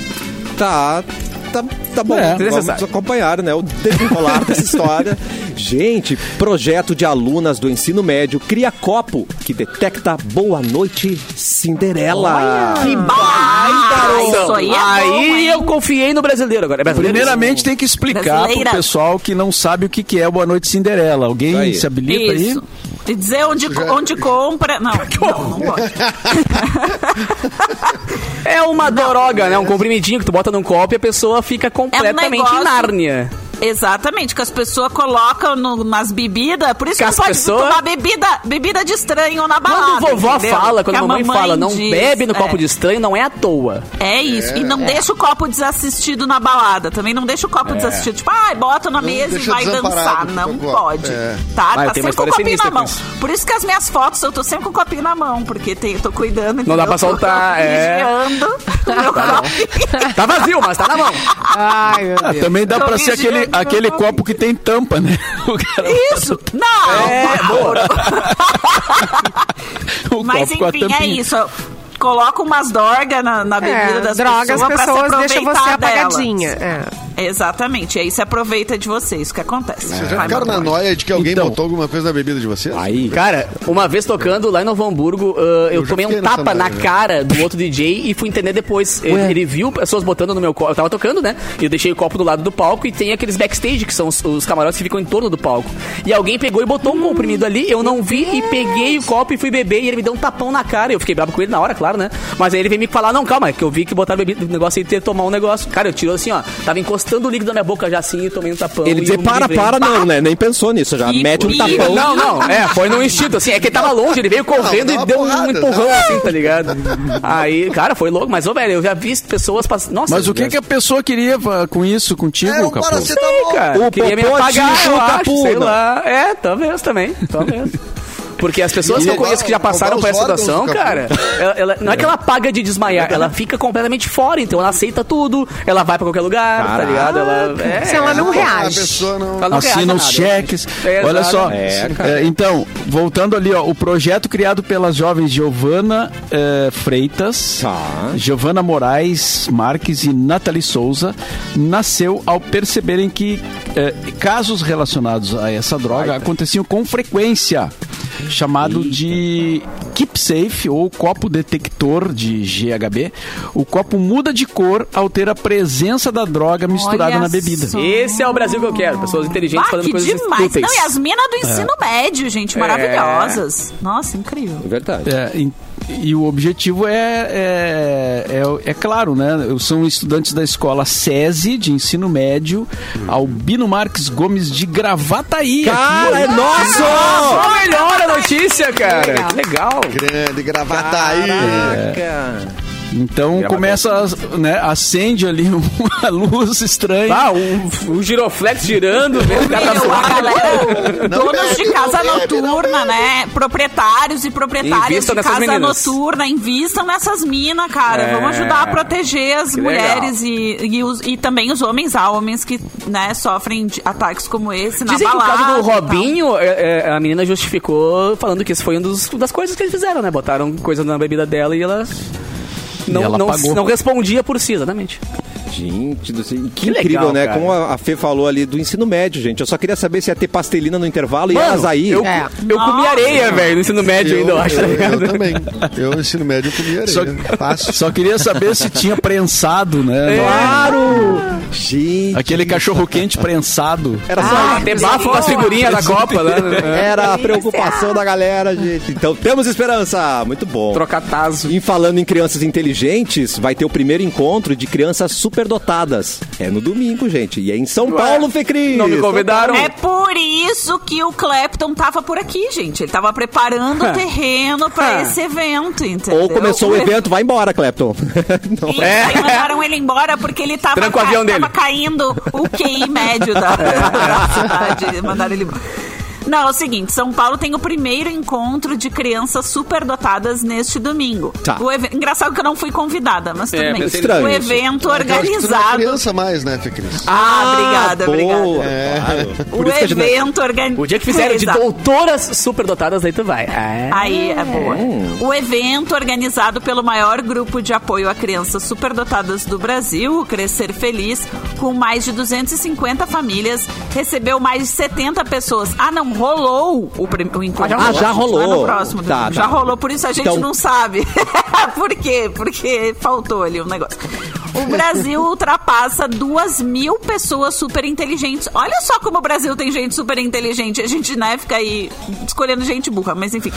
A: Tá. Tá, tá bom,
F: É,
A: vamos
D: necessário.
A: acompanhar né, o desenrolar dessa história. Gente, projeto de alunas do ensino médio cria copo que detecta Boa Noite Cinderela.
D: Que
E: Ah, isso aí é bom, hein?
D: eu confiei no brasileiro agora. É brasileiro?
F: Primeiramente tem que explicar pro
E: Brasileira.
F: pessoal que não sabe o que que é Boa Noite Cinderela. Alguém
A: Aí.
F: se habilita
E: Isso.
F: aí?
E: E dizer onde,
C: Já-
E: onde compra. Não, não, não pode.
D: É uma droga, né? Um comprimidinho que tu bota num copo e a pessoa fica completamente
E: negócio-
D: em Nárnia.
E: Exatamente, que as pessoas colocam no- nas bebidas. Por isso que
D: Que
E: não
D: as
E: pode
D: pessoa-
E: tomar bebida, bebida de estranho na balada.
D: Quando vovó
E: entendeu?
D: fala, quando
E: Que
D: a mamãe, fala, não
E: diz,
D: bebe no
E: é.
D: copo de estranho, não é à toa.
E: É isso. e não deixa o copo desassistido na balada. Também não deixa o copo desassistido. Tipo, ai, bota na mesa e
C: É. deixa
E: vai dançar.
C: desamparado,
E: Não
C: por favor.
E: pode.
C: É.
E: Tá?
A: Ah,
E: tá
A: eu tenho uma
E: sempre com o
A: história
E: copinho na
A: sinistra com
E: mão.
A: isso.
E: Por isso que as minhas fotos eu tô sempre com o copinho na mão, porque tem, eu tô cuidando.
D: Não dá
E: entendeu?
D: pra soltar,
E: Eu tô
D: é.
E: Vigiando o meu copo.
D: Tá vazio, mas tá na mão.
B: Ai, meu
F: Ah,
B: Deus.
F: também dá
E: Tô
F: pra ser aquele,
E: vigiando,
F: aquele
E: tô
F: copo que tem tampa, né? O, cara,
E: Isso! Não!
D: É.
F: o
E: Mas
F: copo com a
E: enfim, é
F: tampinha.
E: isso. Coloca umas dorgas na, na bebida
B: É,
E: das
B: droga, as
E: pessoas pra se
B: pessoas
E: aproveitar
B: deixam você
E: delas.
B: apagadinha. É.
E: Exatamente, aí se aproveita de você, isso que acontece.
C: Vocês já
E: Vai,
C: ficaram na
E: Manu.
C: noia de que alguém
F: Então.
C: botou alguma coisa na bebida de vocês?
A: Aí,
D: Cara, uma vez tocando lá em Novo Hamburgo, uh, eu,
C: já
D: tomei um
C: fiquei nessa né?
D: tapa na
C: merda, já.
D: cara do outro DJ e fui entender depois. Ele, ele viu pessoas botando no meu copo. Eu tava tocando, né? E eu deixei o copo do lado do palco e tem aqueles backstage, que são os, os camarotes que ficam em torno do palco. E alguém pegou e botou
A: Hum.
D: um comprimido ali, eu não vi e peguei o copo e fui beber e ele me deu um tapão na cara. Eu fiquei bravo com ele na hora, claro, né? Mas aí ele veio me falar, não, calma, é que eu vi que botaram bebida no negócio e ter que tomar um negócio. Cara, eu tirou assim, ó. Tava encostando o líquido na minha boca já assim e tomei um tapão.
A: ele
D: e eu
A: dizer
D: me
A: para,
D: livrei."
A: para, não, né? Nem pensou nisso já.
E: Que
A: Mete um
E: coisa.
A: tapão.
D: Ah! Não, não, é, foi no instinto, assim, é que ele tava longe, ele veio
C: tá
D: correndo
C: Não, dá
D: e deu
C: uma
D: um
C: porrada, né?
D: empurrão,
C: dá.
D: assim, tá ligado? Aí, cara, foi louco, mas, ô, velho, eu já vi pessoas passando. Nossa,
F: Mas o que, que a pessoa queria fa- com isso, contigo,
C: É um
F: Capô?
C: paracetamol.
D: cara,
A: O
D: queria me
A: popó
D: apagar,
A: atingiu
D: eu
A: o
D: acho,
A: capuna.
D: sei lá. É, talvez também, talvez. Porque as pessoas
C: E
D: que eu
C: roubar-
D: conheço que já passaram por
C: roubar os
D: essa
C: órgãos
D: situação,
C: do
D: cara, ela, ela- não é que ela paga de desmaiar, ela fica completamente fora, então ela aceita tudo, ela vai pra qualquer lugar, tá
A: Caraca.
D: ligado? Ela, é,
B: Se ela não
C: Ah, A
B: reage.
C: pessoa não...
D: ela
A: Tá
D: não reage
F: Assina
D: a
F: os
D: nada.
F: cheques.
D: É,
F: Olha só.
A: É,
F: É, então, voltando ali, ó, o projeto criado pelas jovens Giovana eh, Freitas,
A: Tá.
F: Giovana Moraes Marques e Nathalie Souza nasceu ao perceberem que eh, casos relacionados a essa droga aconteciam com frequência. Chamado de Keep Safe ou copo detector de GHB, o copo muda de cor ao ter a presença da droga misturada
E: Olha
F: na bebida.
E: só.
D: Esse é o Brasil que eu quero, pessoas inteligentes
E: Bah,
D: falando
E: que
D: coisas É.
E: demais.
D: úteis.
E: Não, e as minas
F: É.
E: do ensino médio, gente, maravilhosas. Nossa, incrível.
A: Verdade.
F: É, e, e o objetivo é, é, é, é claro, né? São estudantes da escola SESI, de ensino médio, Albino Marques Gomes de Gravataí.
A: Cara, é
F: aqui,
A: nosso!
D: Só melhor a notícia, cara. Que legal.
C: Grande gravata aí.
A: Caraca!
F: ó. Então
A: Gravataí.
F: começa, a- né? Acende ali uma luz estranha.
D: Ah, o, o giroflex girando, vendo o cara
E: Meu, a
D: zoar.
E: galera,
C: Não
E: donos
C: bebe,
E: de casa
C: não bebe, não
E: noturna, né? Proprietários e proprietárias
D: Invistam
E: de
D: nessas
E: casa
D: meninas.
E: noturna, invistam nessas minas, cara.
D: É.
E: Vamos ajudar a proteger as
D: Que
E: mulheres e, e, os- e também os homens. Há homens que né, sofrem de ataques como esse na
D: Dizem que o
E: balada. tá.
D: caso do
E: e tal.
D: Robinho, é, é, a menina justificou falando que isso foi uma das coisas que eles fizeram, né? Botaram coisa na bebida dela e ela não,
F: E ela
D: não,
F: pagou.
D: não respondia por si, exatamente.
A: Gente do céu. E Que,
D: Que legal,
A: incrível, né?
D: cara.
A: Como a a Fê falou ali do ensino médio, gente. Eu só queria saber se ia ter pastelina no intervalo e
D: Mano,
A: elas aí.
D: Eu,
B: É.
D: eu comi
E: Nossa.
D: areia, velho, no ensino médio ainda, eu acho. tá
C: eu,
D: ligado?
C: eu também. Eu, no ensino médio, comia
F: Só,
C: areia. Fácil.
F: só queria saber se tinha prensado, né?
C: É.
A: Claro! Gente!
F: Aquele cachorro quente prensado.
A: Era só
D: Ah, até bafo com as figurinhas da Copa, né?
A: Era a preocupação da galera, gente. Então temos esperança. Muito bom.
D: Trocar taso.
A: E falando em crianças inteligentes, vai ter o primeiro encontro de crianças superdotadas. É no domingo, gente. E é em São Paulo, Fecris.
D: Não me convidaram.
E: É por isso que o Clapton tava por aqui, gente. Ele tava preparando o terreno
D: Ah.
E: pra esse evento, entendeu? É.
A: Ou começou o evento, vai embora, Clepton. Não.
E: E aí mandaram ele embora porque ele tava,
D: É. Tranca o
E: tava
D: avião dele. É.
E: caindo o QI médio da, da cidade. Mandaram ele embora. Não, é o seguinte, São Paulo tem o primeiro encontro de crianças superdotadas neste domingo.
A: Tá.
E: O even- Engraçado que eu não fui convidada, mas tudo
D: É,
E: bem.
D: pensei
A: nisso.
E: O evento
C: Eu acho que tu não é
E: organizado.
C: criança mais, né, Fê Cris? É.
E: Ah, obrigada, obrigada.
A: boa, claro. Por
E: o
A: isso que a gente-
E: evento organizado.
D: é- O dia que fizeram de doutoras superdotadas, aí tu vai. Ah.
E: Aí é boa. O evento organizado pelo maior grupo de apoio a crianças superdotadas do Brasil, o Crescer Feliz, com mais de 250 famílias, recebeu mais de 70 pessoas. Ah, não, rolou o, prim- o encontro.
A: Ah, já rolou.
E: Lá no próximo.
A: Tá,
E: já
A: tá.
E: rolou, por isso a gente
A: Então-
E: não sabe. por quê? Porque faltou ali um negócio. O Brasil ultrapassa duas mil pessoas super inteligentes. Olha só como o Brasil tem gente super inteligente. A gente, né, fica aí escolhendo gente burra, mas enfim.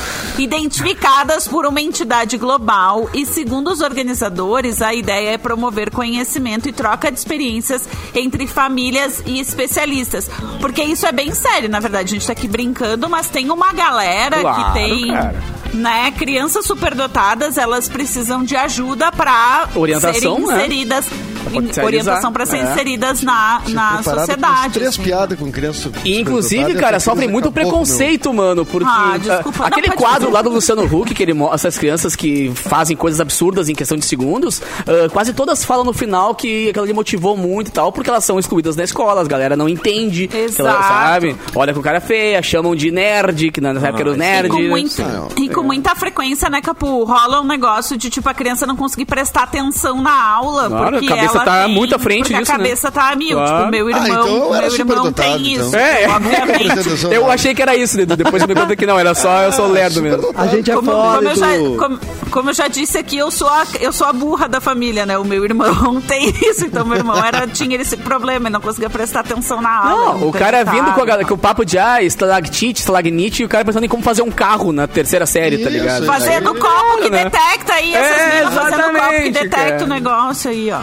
E: Identificadas por uma entidade global e, segundo os organizadores, a ideia é promover conhecimento e troca de experiências entre famílias e especialistas. Porque isso é bem sério, na verdade. A gente tá aqui brincando, mas tem uma galera que
H: Claro,
E: tem.
H: cara.
E: Né, crianças superdotadas, elas precisam de ajuda para
D: Orientação,
E: serem
D: né?
E: inseridas em-
H: potencializar,
E: orientação para serem
H: é.
E: inseridas na, na
C: Comparado com as
E: sociedade.
C: três
E: assim.
C: piadas com criança.
D: E, inclusive,
C: superdotada,
D: cara,
C: essa
D: sofrem
C: coisa
D: muito
C: acabou com o meu-
D: preconceito, mano, porque
E: Ah, desculpa,
D: ah,
E: não,
D: aquele
E: pode
D: quadro
E: fazer.
D: lá do Luciano Huck, que ele mostra essas crianças que fazem coisas absurdas em questão de segundos, ah, quase todas falam no final que aquilo ali motivou muito e tal, porque elas são excluídas na escola, a galera não entende, que
E: Exato.
D: ela, sabe? Olha com cara feia, chamam de nerd, que na época era o nerd.
E: E com, muito-
D: assim,
C: Ah, não.
E: e com
D: é.
E: muita frequência, né, Capu? Rola um negócio de, tipo, a criança não conseguir prestar atenção na aula.
D: Claro,
E: porque
D: a cabeça
E: ela
D: tá
E: tem-
D: muito à frente
E: porque
D: disso,
E: A
D: né?
E: cabeça tá a mil.
D: Claro.
E: Tipo, meu irmão,
C: Ah, então eu era
E: meu irmão
C: superdotado,
E: tem
C: então.
E: isso.
D: É.
E: Obviamente.
C: Atenção,
D: Eu
C: Laura.
D: achei que era isso, Dudu. Depois eu me conta que não, era só eu sou lerdo mesmo.
A: A gente é
E: Como,
A: fora
E: como eu
A: do...
E: já, como, como eu já disse aqui, eu sou, a, eu sou a burra da família, né? O meu irmão tem isso, então meu irmão era, tinha esse problema, ele não conseguia prestar atenção na aula.
D: Não, Ah, o cara vindo com, a, gal- com o papo de ah, estalactite, estalagmite, e o cara pensando em como fazer um carro na terceira série, tá
C: Isso,
D: ligado?
C: Faz-
E: Fazendo
D: Aí-
E: copo que
D: né?
E: detecta aí,
D: É,
E: essas meninas fazendo copo que
D: exatamente,
E: detecta
D: cara.
E: o negócio aí, ó.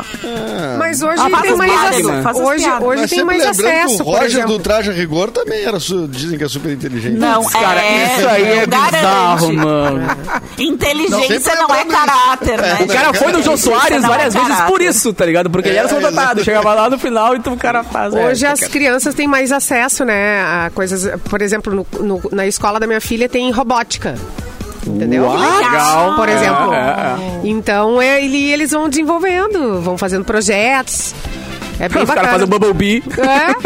B: Mas hoje
E: Ah, faz
B: tem
E: as
B: mais
E: piadas,
B: acesso.
E: faz as
B: Hoje,
E: piadas.
B: hoje
C: Mas
B: tem
C: sempre
B: mais
C: lembrando que
B: acesso, por
C: o Roger do
B: exemplo.
C: Traja Rigor também era su- dizem que é super inteligente.
E: Não,
D: Cara,
E: é,
D: isso aí é
E: eu garanto.
D: bizarro, mano.
C: Não,
E: Inteligência
C: sempre
E: não é
C: lembrando isso.
E: caráter, né?
D: O cara foi no Jô Soares
E: Não, é
D: várias vezes
E: caraca.
D: por isso, tá ligado? Porque ele era soldado, chegava lá no final, então o cara faz. é,
B: Hoje
D: tá
B: as
D: cara.
B: crianças têm mais acesso, né, a coisas... Por exemplo, no- no- na escola da minha filha tem robótica. Entendeu?
E: legal.
B: Por
E: É,
B: exemplo.
D: é,
B: Então, é, ele- eles vão desenvolvendo, vão fazendo projetos. É bem
D: Os caras
B: bacana.
D: fazem um o Bumblebee,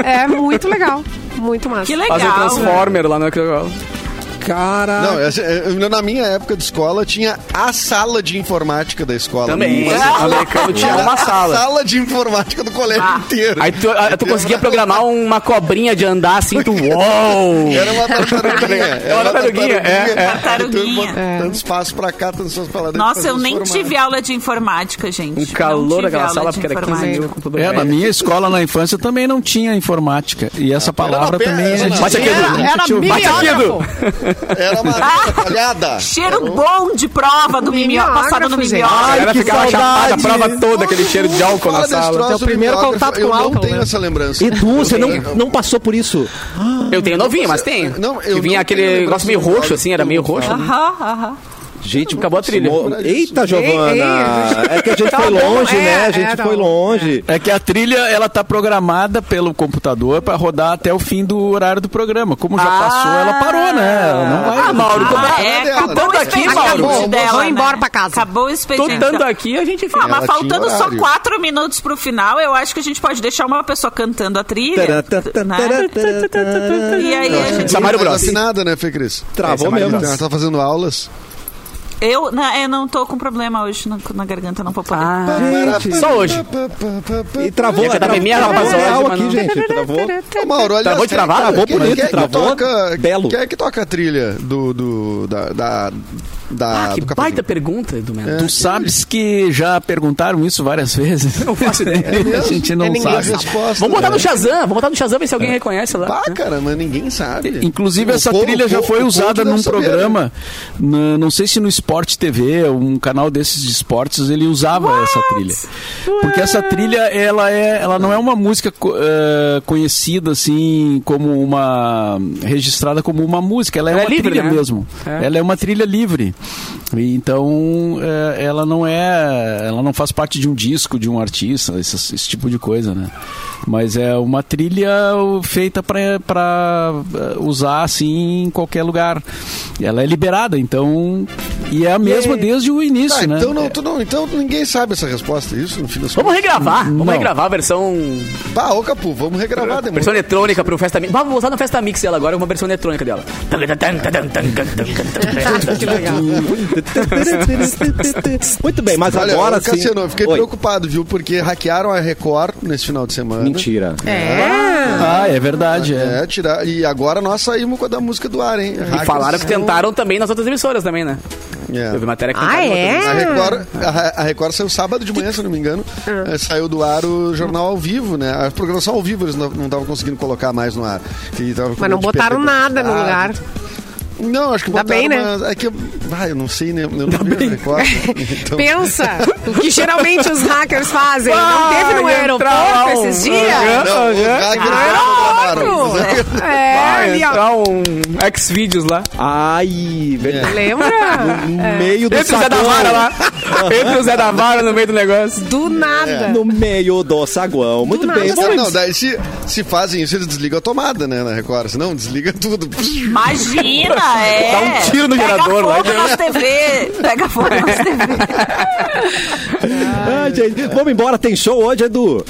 B: É, é muito legal. Muito massa.
E: Que legal.
D: fazem o Transformer lá né? no
A: Cara...
C: Não, essa- é, eu- na minha época de escola tinha a sala de informática da escola.
D: Também.
C: Mas
D: O americano tinha
C: era
D: uma
C: A
D: sala.
C: sala de informática do colégio
E: Ah.
C: inteiro.
D: Aí tu, aí tu conseguia programar uma cobrinha de andar assim, tu. Uou!
C: Era uma tartaruguinha. Era
D: uma tartaruguinha, é,
E: é.
C: Aí
E: Tartaruguinha.
C: tu bota Tantos passos pra cá, tantos passos pra lá. daí
E: Nossa,
C: fazia
E: eu
C: os
E: nem
C: formatos.
E: tive aula de informática, gente.
D: Um
E: Não
D: calor
E: tive
D: naquela
E: aula
D: sala,
E: de
D: porque era 15
E: informática.
D: mil com tudo
F: É, na
D: bem.
F: minha escola, na infância, também não tinha informática. E essa palavra
C: pera-
F: também... é a
C: era
F: gente
C: uma-
D: Bate aqui,
F: nunca
D: Edu.
F: tinha
B: Era
F: ouvido.
D: Bate aqui, Edu.
B: mimeógrafo.
C: Era uma atrapalhada.
E: Cheiro bom de prova do mimió,
B: Mimeógrafo,
E: passado no
B: gente.
E: mimió.
D: A galera
A: que
D: ficava chapada a
A: saudade.
D: prova toda, aquele cheiro de álcool na
C: Fala desse
D: sala.
C: troço
B: É o
C: do
B: primeiro
C: biógrafo,
B: contato
C: eu
B: com álcool,
C: não tenho
B: né?
C: essa lembrança.
A: Edu,
C: Eu
A: você não,
C: tenho-
A: não passou por isso.
D: Eu tenho novinho, mas tem.
C: Não, eu
D: que vinha
C: não tenho
D: aquele negócio meio
C: lembrança
D: roxo, assim, era meio roxo. né?
E: Aham, aham.
A: Gente,
D: Acabou a trilha.
A: mo- Eita, Giovana!
B: ei.
A: É que a gente
B: Tá
A: foi
B: bom,
A: longe,
B: é,
A: né? A
B: é,
A: gente
B: tá
A: foi
B: bom.
A: longe.
F: É que a trilha, ela tá programada pelo computador pra rodar até o fim do horário do programa. Como já passou, ela parou, né? Ela não vai...
D: Ah, Mauro, tu
E: Ah, é,
C: dela,
E: acabou
D: né?
E: o
D: Aqui,
E: expediente
D: Mauro.
E: dela,
C: Vamos
E: né?
B: embora pra casa.
E: Acabou o expediente.
D: Totando aqui, a gente
E: Ah,
D: fica.
C: Ela
E: mas
C: tinha
E: faltando só
C: horário.
E: quatro minutos pro final, eu acho que a gente pode deixar uma pessoa cantando a trilha. né? E aí a gente.
D: Samário
C: Mas
D: Bros.
C: afinada, né, Fê Cris?
A: Travou
C: Samário
A: mesmo.
C: Bros. Ela tá fazendo aulas.
E: Eu, não, eu não tô com problema hoje na, na garganta, não vou poder.
B: Ah.
A: Gente,
D: Só hoje.
A: e travou
D: Ia cantar
A: travou-
D: Bemia,
A: travou
D: rapaz,
A: real
D: hoje, mas
A: aqui,
D: não.
B: É
A: gente. Travou.
C: Ô, Mauro, olha
D: Travou de
C: quem é que
D: travar?
A: Travou
C: quem é
A: bonito,
C: que
A: travou
C: toca-
A: belo.
C: Quem é que toca a trilha do... do da, da, da,
D: Ah, que
C: do Cafezinho?
D: baita pergunta, Edu Mendo.
F: Tu sabes que já perguntaram isso várias vezes. Não faço ideia. a gente não
B: ninguém
C: A
F: sabe.
C: resposta,
D: Vamos botar
C: né?
D: no Shazam, vamos botar no Shazam, ver se alguém reconhece lá.
C: Bah, cara, mas ninguém sabe.
F: Inclusive,
C: O
F: essa
C: povo-
F: trilha já
C: o
F: foi
C: povo
F: usada
C: deve
F: num
C: saber, né?
F: programa, na- não sei se no Esporte TV, um canal desses de esportes, ele usava essa trilha. Porque essa trilha, ela, é, ela não é uma música co- eh, conhecida, assim, como uma... registrada como uma música, ela é,
D: Ela é
F: uma
D: livre,
F: trilha
D: né?
F: mesmo.
D: É.
F: Ela é uma trilha livre. E Então, eh, ela não é... ela não faz parte de um disco, de um artista, esse, esse tipo de coisa, né? Mas é uma trilha feita para usar assim em qualquer lugar. Ela é liberada, então. E é a mesma desde o início,
C: Tá,
F: né?
C: então, não, tu não, então ninguém sabe essa resposta, isso, no fim das
D: Vamos
C: contas.
D: regravar, vamos
F: Não.
D: regravar a versão,
C: Bah, ô Capu, vamos regravar demorou.
D: versão eletrônica pro Festa Mix. Vamos botar no Festa Mix dela agora, uma versão eletrônica dela.
B: Que legal.
A: Muito bem, mas
C: Olha,
A: agora
C: ô,
A: sim.
C: Cassiano, eu fiquei
A: Oi.
C: preocupado, né? viu? Porque hackearam a Record nesse final de semana.
A: Mentira.
B: É.
F: Ah, é verdade. É.
C: É, tirar. E agora nós saímos com a da música do ar, hein?
D: E falaram que tentaram também nas outras emissoras também, né?
C: É.
D: Eu vi matéria que
B: Ah,
D: tentaram
B: é?
D: outra vez.
C: A Record, a, a Record saiu sábado de manhã, se eu não me engano.
B: Ah.
C: Eh, Saiu do ar o jornal ao vivo, né? A programação ao vivo eles não estavam conseguindo colocar mais no ar. E tava com
B: Mas não
C: medo de
B: botaram
C: perder
B: nada no lugar.
C: quantidade. Não, acho que
B: Ainda
C: botaram
B: bem, né?
C: uma- É que, eu- ah, eu não sei, né? Eu
A: Tá
C: não vi a Record. né? Então,
B: Pensa o que geralmente os hackers fazem. Não
D: Ah,
B: teve no
D: ia entrar
B: aeroporto
D: lá um-
B: esses dias?
C: não, os hackers não programaram.
B: Outro. É, ali, ó.
D: entrar um X-Videos lá.
A: Ai, verdade.
B: Lembra?
A: No meio do
D: Entre o Zé da
A: saguão.
D: Vara lá. Entre o Zé da Vara no meio do negócio.
B: Do nada.
A: No meio do saguão. Muito bem.
C: Mas,
A: Vamos
C: não, daí se, se fazem isso, eles desligam a tomada, né, na Record. Se não, desliga tudo.
E: Imagina, é.
D: Dá um tiro no
E: Pega
D: gerador, vai
E: Pega fogo nas TV. Pega fogo nas TV.
A: Ai, gente, vamos embora, tem show hoje, Edu.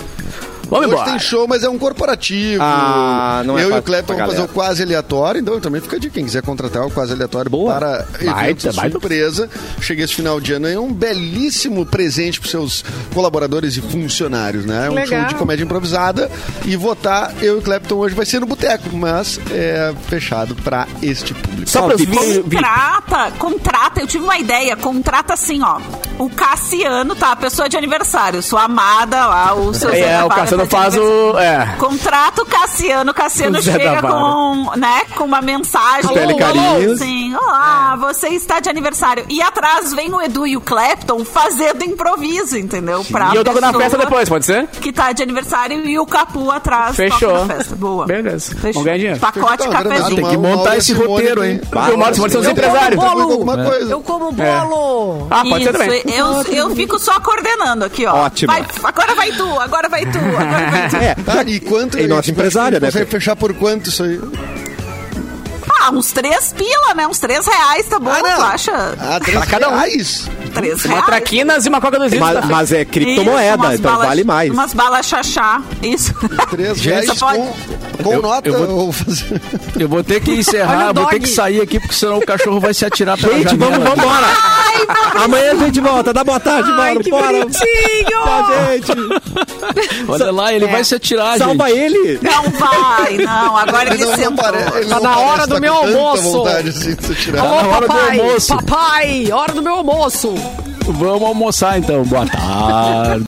D: Vamos
C: Hoje
D: embora.
C: tem show, mas é um corporativo.
A: Ah, não é
C: Eu e
A: pra-
C: o Cleber
A: pra
C: vamos fazer
A: galera.
C: o quase aleatório, então também fica de quem quiser contratar o quase aleatório
A: Boa.
C: para eventos
D: baita.
C: surpresa. Chega esse final de ano, é um belíssimo presente para seus colaboradores e funcionários, né? É um
B: Legal.
C: show de comédia improvisada e votar eu e o Clepton hoje vai ser no boteco, mas é fechado para este público.
D: Só para os vi- vi-
E: Contrata, contrata. Eu tive uma ideia. Contrata assim, ó. O Cassiano, tá? A pessoa de aniversário. Sua amada lá, o seu Zé
D: É,
E: da
D: o
E: Vara tá
D: Cassiano
E: de
D: faz o. É.
E: Contrata o Cassiano, o Cassiano
D: O Zé da
E: chega
D: Vara.
E: com, né, com uma mensagem.
A: Pele carinho.
E: Assim, olá,
D: É.
E: você está de aniversário. E atrás vem o Edu e o Clapton fazendo improviso, entendeu? Pra
D: E eu toco na
E: pessoa
D: festa depois, pode ser?
E: Que tá de aniversário e o Capu atrás
D: Fechou.
E: toca na festa. Boa.
D: Beleza.
E: Fechou.
D: Vamos ganhar dinheiro.
E: Pacote Ah,
C: Fechou, tá,
E: cafezinho.
C: verdade.
F: Tem
C: Uma-
F: que
C: uma
F: montar
C: hora
F: esse
C: Simone
F: roteiro,
C: tem- um
F: hein?
D: Porque o Mauro Simone são os empresários.
C: Contribui com alguma coisa.
B: Eu como bolo.
D: Ah, pode ser também.
E: Isso, é. eu, eu fico só coordenando aqui, ó.
A: Ótimo.
E: Vai, agora vai tu, agora vai tu, agora vai tu.
A: É,
C: Tá, e quanto?
A: E nossa empresária, né?
C: Consegue fechar por quanto isso aí?
E: Ah, uns três pila, né? Uns três reais, tá bom, tu acha?
C: Ah, três
D: cada um.
C: reais?
E: Três
D: Uma
E: reais.
D: traquinas e uma coca dos litros.
A: Mas,
D: tá
A: mas é
E: Isso,
A: criptomoeda,
E: umas
A: então
E: balas-
A: vale mais.
E: Umas balas xaxá, isso.
C: Três
E: Gente,
C: reais
E: só pode-
C: com, com
F: Eu-
C: nota.
F: eu vou-
C: ou fazer-
F: Eu vou ter que
B: Olha
F: encerrar,
B: o
F: vou ter
B: dog.
F: que sair aqui, porque senão o cachorro vai se atirar pela
A: Gente,
F: janela.
A: vamos, vamos embora. Amanhã a gente volta. Dá boa tarde,
B: Ai,
A: Mauro.
B: que
A: Bora.
B: bonitinho!
A: Tchau, gente.
F: Olha lá, ele vai se atirar,
A: Salva
F: gente.
A: ele.
E: Não vai, não. Agora ele
C: Ele não
E: sentou.
C: parece- ele
B: Tá
C: não
B: na
C: parece
B: hora
C: estar
B: do
C: com
B: meu
C: tanta
B: almoço.
C: vontade assim de se tirar.
F: Tá na hora do
B: papai,
F: almoço.
B: papai, hora do meu almoço.
F: Vamos almoçar então. Boa tarde.